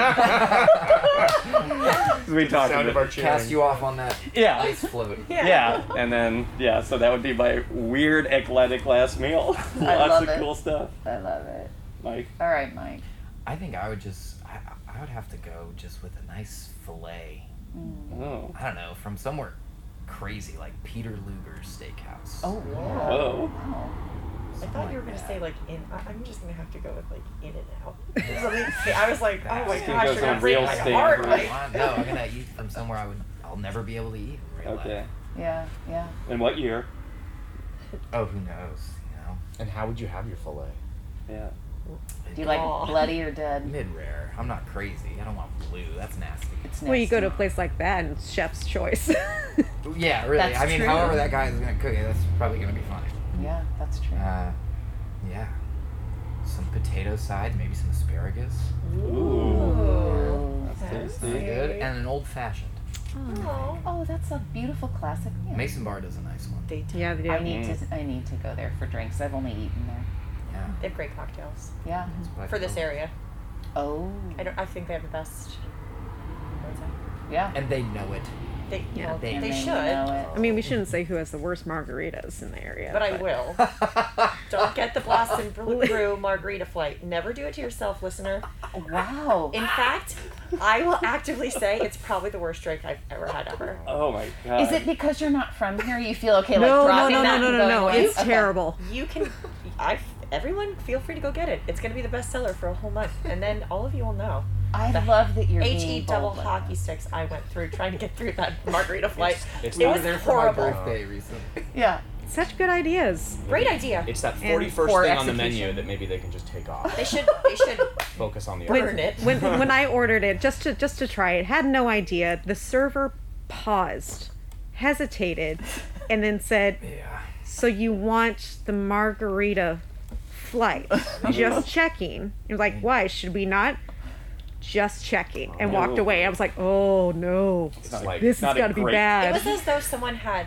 [SPEAKER 3] we talked
[SPEAKER 8] sound of
[SPEAKER 3] about
[SPEAKER 8] our cheering.
[SPEAKER 2] Cast you off on that
[SPEAKER 7] Oh,
[SPEAKER 3] Yeah.
[SPEAKER 2] ice float.
[SPEAKER 3] Yeah. And then, yeah, so that would be my weird eclectic last meal. Lots
[SPEAKER 7] love
[SPEAKER 3] of
[SPEAKER 7] it.
[SPEAKER 3] cool stuff.
[SPEAKER 7] I love it.
[SPEAKER 3] Like,
[SPEAKER 7] All right, Mike.
[SPEAKER 2] I think I would just. I, I would have to go just with a nice fillet.
[SPEAKER 3] oh,
[SPEAKER 2] I don't know from somewhere crazy like Peter Luger's Steakhouse.
[SPEAKER 7] Oh, yeah.
[SPEAKER 3] whoa.
[SPEAKER 7] Wow.
[SPEAKER 5] I thought you were gonna say like in. I- I'm just gonna have to go with like in and out. Something- I was like, oh my
[SPEAKER 3] gonna
[SPEAKER 5] gosh,
[SPEAKER 2] Just
[SPEAKER 3] go
[SPEAKER 5] you're
[SPEAKER 3] some
[SPEAKER 5] gonna
[SPEAKER 3] real
[SPEAKER 5] real like,
[SPEAKER 3] steak,
[SPEAKER 5] hard.
[SPEAKER 3] right?
[SPEAKER 5] Like,
[SPEAKER 2] Why- No, I'm gonna eat from somewhere I would. I'll never be able to eat. in real life.
[SPEAKER 3] Okay.
[SPEAKER 7] Yeah, yeah.
[SPEAKER 3] And what year?
[SPEAKER 2] Oh, who knows? You know,
[SPEAKER 8] And how would you have your fillet?
[SPEAKER 3] Yeah.
[SPEAKER 7] Do you like
[SPEAKER 5] Aw.
[SPEAKER 7] bloody or dead?
[SPEAKER 2] mid rare. I'm not crazy. I don't want blue. That's nasty.
[SPEAKER 7] It's
[SPEAKER 4] Well, you
[SPEAKER 7] nasty.
[SPEAKER 4] go to a place like that and it's chef's choice.
[SPEAKER 2] Yeah, really.
[SPEAKER 7] That's
[SPEAKER 2] I mean,
[SPEAKER 7] true.
[SPEAKER 2] however that guy is gonna cook it, that's probably gonna be fine.
[SPEAKER 7] Yeah, that's true.
[SPEAKER 2] Uh, yeah. Some potato side, maybe some asparagus.
[SPEAKER 7] oh,
[SPEAKER 3] Ooh. Tasty.
[SPEAKER 2] Really good. And an old fashioned.
[SPEAKER 5] Oh.
[SPEAKER 7] oh, that's a beautiful classic meal.
[SPEAKER 2] Mason Bar does a nice one.
[SPEAKER 4] yeah, they do.
[SPEAKER 7] I need
[SPEAKER 3] Mm.
[SPEAKER 7] to. I need to go there for drinks. I've only eaten there.
[SPEAKER 2] Yeah.
[SPEAKER 5] They have great cocktails
[SPEAKER 7] Yeah.
[SPEAKER 2] that's what I
[SPEAKER 5] for this
[SPEAKER 2] feel.
[SPEAKER 5] area.
[SPEAKER 7] Oh.
[SPEAKER 5] I don't. I think they have the best. what's that?
[SPEAKER 7] Yeah.
[SPEAKER 2] And they know it.
[SPEAKER 5] They,
[SPEAKER 4] Yeah.
[SPEAKER 5] well, they,
[SPEAKER 7] And
[SPEAKER 5] should,
[SPEAKER 7] know
[SPEAKER 4] I mean, we shouldn't say who has the worst margaritas in the area.
[SPEAKER 5] but I will. Don't get the Boston Brew Brew margarita flight. Never do it to yourself, listener.
[SPEAKER 7] it. Wow.
[SPEAKER 5] In fact, I will actively say it's probably the worst drink I've ever had ever.
[SPEAKER 3] Oh my god.
[SPEAKER 7] Is it because you're not from here? You feel okay like
[SPEAKER 4] no, no,
[SPEAKER 7] dropping
[SPEAKER 4] no, no,
[SPEAKER 7] that
[SPEAKER 4] no,
[SPEAKER 7] and
[SPEAKER 4] no,
[SPEAKER 7] going
[SPEAKER 4] no.
[SPEAKER 7] away?
[SPEAKER 4] It's
[SPEAKER 7] Okay.
[SPEAKER 4] terrible.
[SPEAKER 5] You can, I, everyone, feel free to go get it. It's going to be the bestseller for a whole month, and then all of you will know.
[SPEAKER 7] I love that you're
[SPEAKER 5] H E
[SPEAKER 7] being
[SPEAKER 5] double
[SPEAKER 7] bold like
[SPEAKER 5] hockey
[SPEAKER 7] that.
[SPEAKER 5] sticks. I went through trying to get through that margarita flight.
[SPEAKER 8] it's
[SPEAKER 5] it
[SPEAKER 8] not
[SPEAKER 5] was
[SPEAKER 2] there for my
[SPEAKER 5] horrible.
[SPEAKER 2] birthday recently.
[SPEAKER 7] Yeah.
[SPEAKER 4] Such good ideas.
[SPEAKER 5] Great idea.
[SPEAKER 8] It's that 41st
[SPEAKER 7] poor
[SPEAKER 8] thing on the
[SPEAKER 7] execution.
[SPEAKER 8] menu that maybe they can just take off.
[SPEAKER 5] They should. They should
[SPEAKER 8] Focus on the
[SPEAKER 4] When-
[SPEAKER 8] other.
[SPEAKER 5] burn it.
[SPEAKER 4] when when I ordered it just to just to try it, had no idea. The server paused, hesitated, and then said,
[SPEAKER 2] Yeah.
[SPEAKER 4] "So you want the margarita flight? Just checking." He was like, "Why should we not?" Just checking, and walked away. I was like, "Oh no,
[SPEAKER 8] It's like,
[SPEAKER 4] this has
[SPEAKER 3] not a
[SPEAKER 4] got to be
[SPEAKER 3] great-
[SPEAKER 5] It
[SPEAKER 4] bad."
[SPEAKER 5] was as though someone had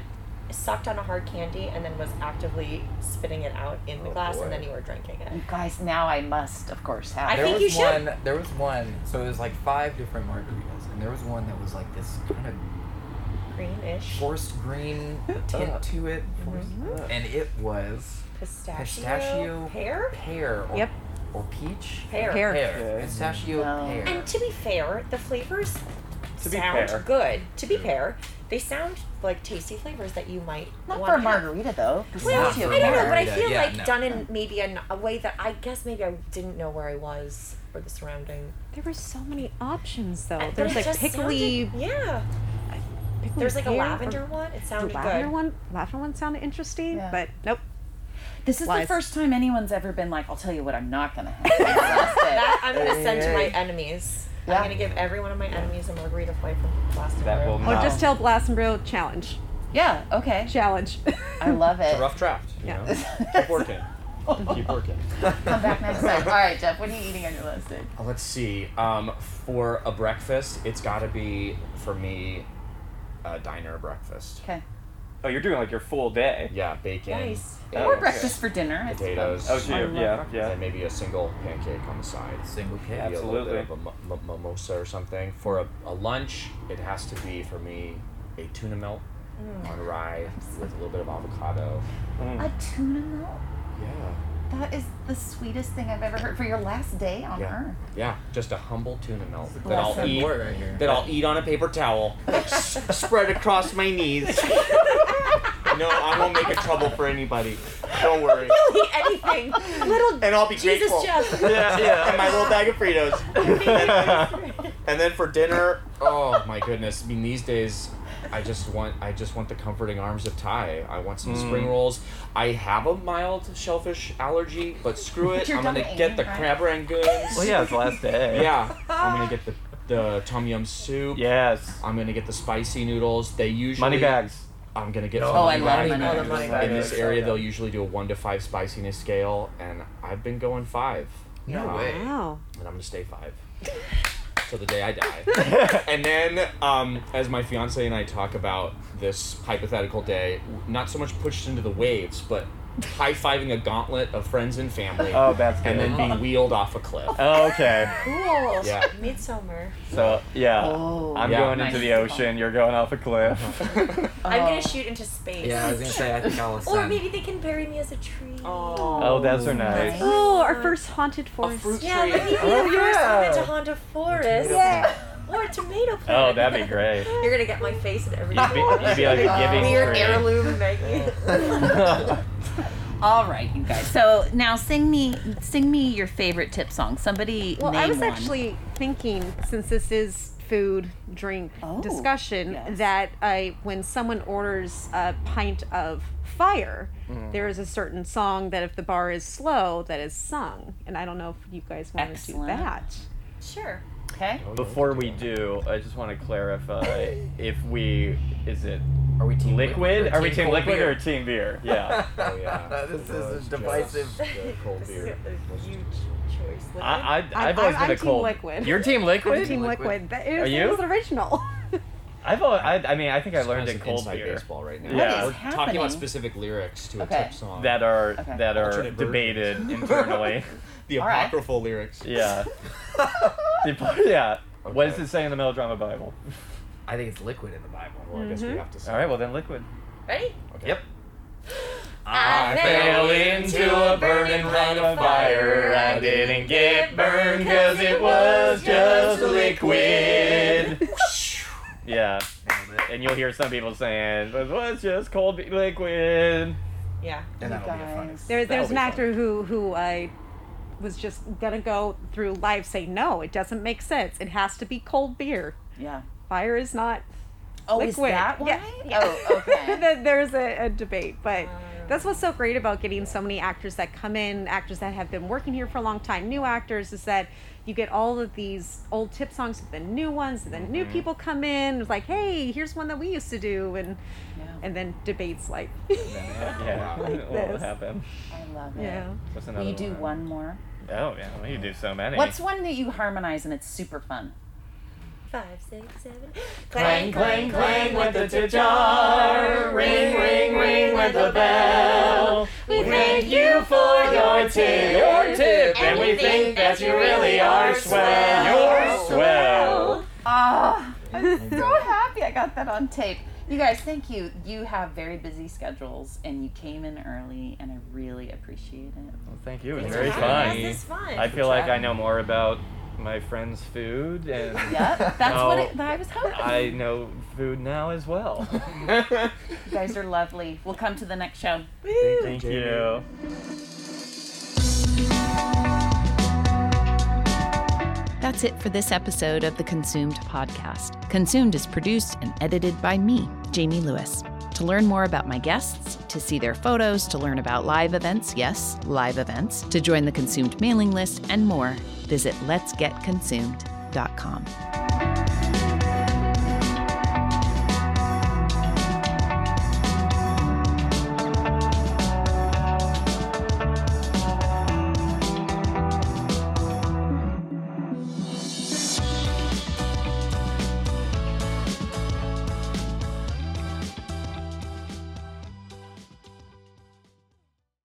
[SPEAKER 5] sucked on a hard candy and then was actively spitting it out in the glass, and then you were drinking it.
[SPEAKER 7] You guys, now I must, of course, have.
[SPEAKER 5] I
[SPEAKER 7] it.
[SPEAKER 2] There
[SPEAKER 5] think
[SPEAKER 2] was
[SPEAKER 5] you should.
[SPEAKER 2] one. There was one. So it was like five different margaritas, and there was one that was like this kind of
[SPEAKER 5] Greenish
[SPEAKER 2] forced green tint to it, forced- and it was
[SPEAKER 5] pistachio,
[SPEAKER 2] Pistachio.
[SPEAKER 5] pear.
[SPEAKER 2] pear or,
[SPEAKER 4] Yep.
[SPEAKER 2] or peach.
[SPEAKER 5] Pear.
[SPEAKER 4] Pear.
[SPEAKER 2] Pear. Pistachio
[SPEAKER 7] No.
[SPEAKER 2] pear.
[SPEAKER 5] And to be fair, the flavors
[SPEAKER 3] To be
[SPEAKER 5] sound
[SPEAKER 3] fair.
[SPEAKER 5] good. To be fair, they sound like tasty flavors that you might
[SPEAKER 7] Not
[SPEAKER 5] want
[SPEAKER 7] for a
[SPEAKER 5] to have.
[SPEAKER 7] margarita though.
[SPEAKER 5] Well,
[SPEAKER 2] Not
[SPEAKER 5] I
[SPEAKER 2] for
[SPEAKER 5] don't know,
[SPEAKER 2] a
[SPEAKER 5] but I
[SPEAKER 2] margarita,
[SPEAKER 5] feel
[SPEAKER 2] yeah,
[SPEAKER 5] like
[SPEAKER 2] no.
[SPEAKER 5] done in maybe an, a way that I guess maybe I didn't know where I was or the surrounding.
[SPEAKER 4] There were so many options though.
[SPEAKER 5] But
[SPEAKER 4] There was
[SPEAKER 5] it
[SPEAKER 4] Oh, like
[SPEAKER 5] just
[SPEAKER 4] pickly,
[SPEAKER 5] sounded- yeah,
[SPEAKER 4] pickly
[SPEAKER 5] there's like a
[SPEAKER 4] pear or-
[SPEAKER 5] lavender one. It
[SPEAKER 4] The
[SPEAKER 5] sounded
[SPEAKER 4] lavender
[SPEAKER 5] good.
[SPEAKER 4] one, lavender one sounded interesting,
[SPEAKER 7] Yeah.
[SPEAKER 4] but nope.
[SPEAKER 7] This is the
[SPEAKER 4] Lies.
[SPEAKER 7] first time anyone's ever been like, I'll tell you what I'm not gonna have. That's it.
[SPEAKER 5] That I'm gonna send to my enemies.
[SPEAKER 7] Yeah.
[SPEAKER 5] I'm gonna give every one of my enemies a margarita flight from Boston.
[SPEAKER 3] That will
[SPEAKER 4] Or
[SPEAKER 3] not.
[SPEAKER 4] just tell Blast and Brew challenge,
[SPEAKER 7] Yeah, okay.
[SPEAKER 4] challenge.
[SPEAKER 7] I love
[SPEAKER 8] It's a
[SPEAKER 7] it.
[SPEAKER 8] rough draft. You
[SPEAKER 4] Yeah.
[SPEAKER 8] know? Keep working. Keep working.
[SPEAKER 6] Uh,
[SPEAKER 7] Come back next time. All right, Jeff, what are you eating on your list, dude?
[SPEAKER 8] Let's see. Um, for a breakfast, it's got to be for me a diner breakfast.
[SPEAKER 7] Okay.
[SPEAKER 3] Oh, you're doing like your full day.
[SPEAKER 6] Yeah, bacon.
[SPEAKER 5] Nice.
[SPEAKER 6] eggs,
[SPEAKER 7] or breakfast for dinner. It's fine.
[SPEAKER 6] Potatoes.
[SPEAKER 3] Oh, so
[SPEAKER 7] I
[SPEAKER 3] you
[SPEAKER 7] love
[SPEAKER 3] yeah,
[SPEAKER 7] breakfast.
[SPEAKER 3] yeah.
[SPEAKER 6] And maybe a single pancake on the side.
[SPEAKER 2] Single cake.
[SPEAKER 6] Maybe A
[SPEAKER 3] Absolutely.
[SPEAKER 6] little bit of a m- m- mimosa or something. For a, a lunch, it has to be for me a tuna melt on rye with a little bit of avocado.
[SPEAKER 7] A tuna melt.
[SPEAKER 6] Yeah.
[SPEAKER 7] That is the sweetest thing I've ever heard for your last day on
[SPEAKER 6] Yeah.
[SPEAKER 7] Earth.
[SPEAKER 6] Yeah. Just a humble tuna melt that
[SPEAKER 7] Bless
[SPEAKER 6] I'll
[SPEAKER 7] him.
[SPEAKER 6] eat.
[SPEAKER 2] Boy, right here.
[SPEAKER 6] That I'll eat on a paper towel, s- spread across my knees. no, I won't make a trouble for anybody. Don't worry.
[SPEAKER 5] Anything.
[SPEAKER 6] Little and I'll be
[SPEAKER 5] Jesus,
[SPEAKER 6] grateful.
[SPEAKER 5] Jeff.
[SPEAKER 6] Yeah, yeah. And my little bag of Fritos. and then for dinner, oh my goodness. I mean, these days, I just want I just want the comforting arms of Thai. I want
[SPEAKER 3] Mm.
[SPEAKER 6] some spring rolls. I have a mild shellfish allergy, but screw it.
[SPEAKER 7] You're
[SPEAKER 6] I'm gonna
[SPEAKER 7] done
[SPEAKER 6] get
[SPEAKER 7] eating,
[SPEAKER 6] the
[SPEAKER 7] right?
[SPEAKER 6] crab rangoons.
[SPEAKER 3] Well, yeah, it's the last day.
[SPEAKER 6] Yeah, I'm gonna get the the tom yum soup.
[SPEAKER 3] Yes.
[SPEAKER 6] I'm gonna get the spicy noodles. They usually
[SPEAKER 3] Money bags.
[SPEAKER 6] I'm gonna get.
[SPEAKER 2] Oh,
[SPEAKER 6] some
[SPEAKER 7] Oh, I
[SPEAKER 6] money
[SPEAKER 7] love
[SPEAKER 6] bags.
[SPEAKER 7] money.
[SPEAKER 5] the money
[SPEAKER 6] In this
[SPEAKER 2] bags.
[SPEAKER 6] area, they'll usually do a one to five spiciness scale, and I've been going five.
[SPEAKER 2] No
[SPEAKER 6] Yeah.
[SPEAKER 2] way.
[SPEAKER 4] Wow.
[SPEAKER 6] And I'm gonna stay five. Till the day I die. and then, um, as my fiance and I talk about this hypothetical day, not so much pushed into the waves, but high fiving a gauntlet of friends and family,
[SPEAKER 3] Oh, that's good.
[SPEAKER 6] and then being wheeled off a cliff.
[SPEAKER 3] Oh, okay.
[SPEAKER 5] Cool.
[SPEAKER 6] Yeah.
[SPEAKER 5] Midsummer.
[SPEAKER 3] So yeah,
[SPEAKER 7] Oh,
[SPEAKER 3] I'm
[SPEAKER 6] Yeah.
[SPEAKER 3] going
[SPEAKER 7] nice.
[SPEAKER 3] into the ocean. You're going off a cliff.
[SPEAKER 5] I'm gonna shoot into space.
[SPEAKER 2] Yeah, I was gonna say I think I'll
[SPEAKER 5] Or
[SPEAKER 2] ascend.
[SPEAKER 5] maybe they can bury me as a tree.
[SPEAKER 3] oh, those are nice.
[SPEAKER 7] nice.
[SPEAKER 4] Oh, our first haunted forest.
[SPEAKER 5] Yeah, let me be
[SPEAKER 3] Oh,
[SPEAKER 5] the first
[SPEAKER 3] yeah.
[SPEAKER 5] one into Honda Forest. Or a tomato plant.
[SPEAKER 3] Oh, that'd be great.
[SPEAKER 5] You're gonna get my face in every
[SPEAKER 3] You'd be, you'd be like a giving
[SPEAKER 5] weird
[SPEAKER 3] tree.
[SPEAKER 5] heirloom Maggie.
[SPEAKER 7] All right, you guys. So now sing me, sing me your favorite tip song. Somebody.
[SPEAKER 4] Well, I
[SPEAKER 7] name
[SPEAKER 4] was
[SPEAKER 7] one.
[SPEAKER 4] actually thinking, since this is food, drink
[SPEAKER 7] Oh,
[SPEAKER 4] discussion,
[SPEAKER 7] yes.
[SPEAKER 4] that I, when someone orders a pint of fire,
[SPEAKER 7] Mm.
[SPEAKER 4] there is a certain song that if the bar is slow, that is sung. And I don't know if you guys want to do
[SPEAKER 7] Excellent.
[SPEAKER 4] that.
[SPEAKER 5] Sure.
[SPEAKER 7] Okay.
[SPEAKER 3] Before we do, I just want to clarify if we is it
[SPEAKER 2] Are we team
[SPEAKER 3] liquid?
[SPEAKER 2] or
[SPEAKER 3] Are we
[SPEAKER 2] team
[SPEAKER 3] team
[SPEAKER 2] cold
[SPEAKER 3] liquid
[SPEAKER 2] beer?
[SPEAKER 3] or team beer? Yeah.
[SPEAKER 6] Oh, yeah.
[SPEAKER 2] this is
[SPEAKER 6] Those
[SPEAKER 2] divisive.
[SPEAKER 6] jokes, the cold
[SPEAKER 5] This is
[SPEAKER 6] beer.
[SPEAKER 5] a huge choice.
[SPEAKER 3] I, I
[SPEAKER 4] I'm-
[SPEAKER 3] I've always
[SPEAKER 4] I'm
[SPEAKER 3] been a
[SPEAKER 4] team
[SPEAKER 3] cold.
[SPEAKER 4] liquid.
[SPEAKER 3] You're team liquid.
[SPEAKER 4] Team Liquid. That is,
[SPEAKER 3] Are
[SPEAKER 4] It
[SPEAKER 3] you?
[SPEAKER 4] was original.
[SPEAKER 3] I've always, I, I mean I think I
[SPEAKER 6] It's kind
[SPEAKER 3] learned
[SPEAKER 6] of
[SPEAKER 3] in
[SPEAKER 6] some
[SPEAKER 3] cold
[SPEAKER 6] inside
[SPEAKER 3] beer
[SPEAKER 6] baseball right now.
[SPEAKER 3] Yeah.
[SPEAKER 6] We're
[SPEAKER 7] What is
[SPEAKER 6] talking
[SPEAKER 7] happening?
[SPEAKER 6] about specific lyrics to a
[SPEAKER 7] Okay.
[SPEAKER 6] tip song.
[SPEAKER 3] that are
[SPEAKER 7] Okay.
[SPEAKER 3] that are
[SPEAKER 6] Alternate versions.
[SPEAKER 3] debated internally.
[SPEAKER 6] the
[SPEAKER 7] All right.
[SPEAKER 6] apocryphal lyrics.
[SPEAKER 3] Yeah. The- yeah. What does
[SPEAKER 6] Okay.
[SPEAKER 3] it say in the melodrama Bible?
[SPEAKER 2] I think it's liquid in the Bible.
[SPEAKER 6] Well, I guess
[SPEAKER 5] Mm-hmm.
[SPEAKER 6] we have to say.
[SPEAKER 3] All right. Well then, liquid.
[SPEAKER 5] Ready?
[SPEAKER 6] Okay.
[SPEAKER 2] Yep.
[SPEAKER 5] I fell into a burning ring of fire. I didn't get burned 'cause it was just
[SPEAKER 3] liquid. yeah. And you'll hear some people saying, "But what's just cold be- liquid?"
[SPEAKER 5] Yeah.
[SPEAKER 2] And that'll be a fun.
[SPEAKER 7] guys.
[SPEAKER 4] There, there's
[SPEAKER 2] be
[SPEAKER 4] an
[SPEAKER 2] fun.
[SPEAKER 4] actor who, who I was just going to go through life saying, no, it doesn't make sense. It has to be cold beer.
[SPEAKER 7] Yeah.
[SPEAKER 4] Fire is not
[SPEAKER 7] Oh, is
[SPEAKER 4] liquid.
[SPEAKER 7] that why?
[SPEAKER 4] Yeah,
[SPEAKER 7] Oh, okay. Oh.
[SPEAKER 4] That- There's a, a debate, but that's what's so great about getting so many actors that come in, actors that have been working here for a long time, new actors, is that you get all of these old tip songs with the new ones, and then new
[SPEAKER 7] Mm-hmm.
[SPEAKER 4] people come in, it's like, hey, here's one that we used to do, and
[SPEAKER 7] yeah.
[SPEAKER 4] and then debates like,
[SPEAKER 3] Yeah. What will
[SPEAKER 4] this.
[SPEAKER 3] happen?
[SPEAKER 7] I love it.
[SPEAKER 4] yeah.
[SPEAKER 3] What's
[SPEAKER 7] Will
[SPEAKER 3] another
[SPEAKER 7] you do one more?
[SPEAKER 3] Oh yeah. Well, you do so many.
[SPEAKER 7] What's one that you harmonize and it's super fun?
[SPEAKER 5] Five, six, seven.
[SPEAKER 2] Clang, clang, clang with the tip
[SPEAKER 5] jar.
[SPEAKER 2] Ring, ring, ring with the bell.
[SPEAKER 5] We thank you for your tip.
[SPEAKER 2] Your tip.
[SPEAKER 5] And we think that you really are swell.
[SPEAKER 3] You're swell.
[SPEAKER 7] Ah, I'm so happy I got that on tape. You guys, thank you. You have very busy schedules and you came in early and I really appreciate it.
[SPEAKER 3] Well, thank you. It was
[SPEAKER 5] It's
[SPEAKER 3] very
[SPEAKER 5] fun.
[SPEAKER 3] fun.
[SPEAKER 5] This is fun.
[SPEAKER 3] I feel like I know more about my friend's food, and
[SPEAKER 7] Yep, that's what
[SPEAKER 3] No.
[SPEAKER 7] it, I was hoping.
[SPEAKER 3] I know food now as well.
[SPEAKER 7] You guys are lovely. We'll come to the next show.
[SPEAKER 3] Thank you.
[SPEAKER 1] That's it for this episode of the Consumed podcast. Consumed is produced and edited by me, Jamie Lewis. To learn more about my guests, to see their photos, to learn about live events, yes, live events, to join the Consumed mailing list, and more, visit letsgetconsumed.com.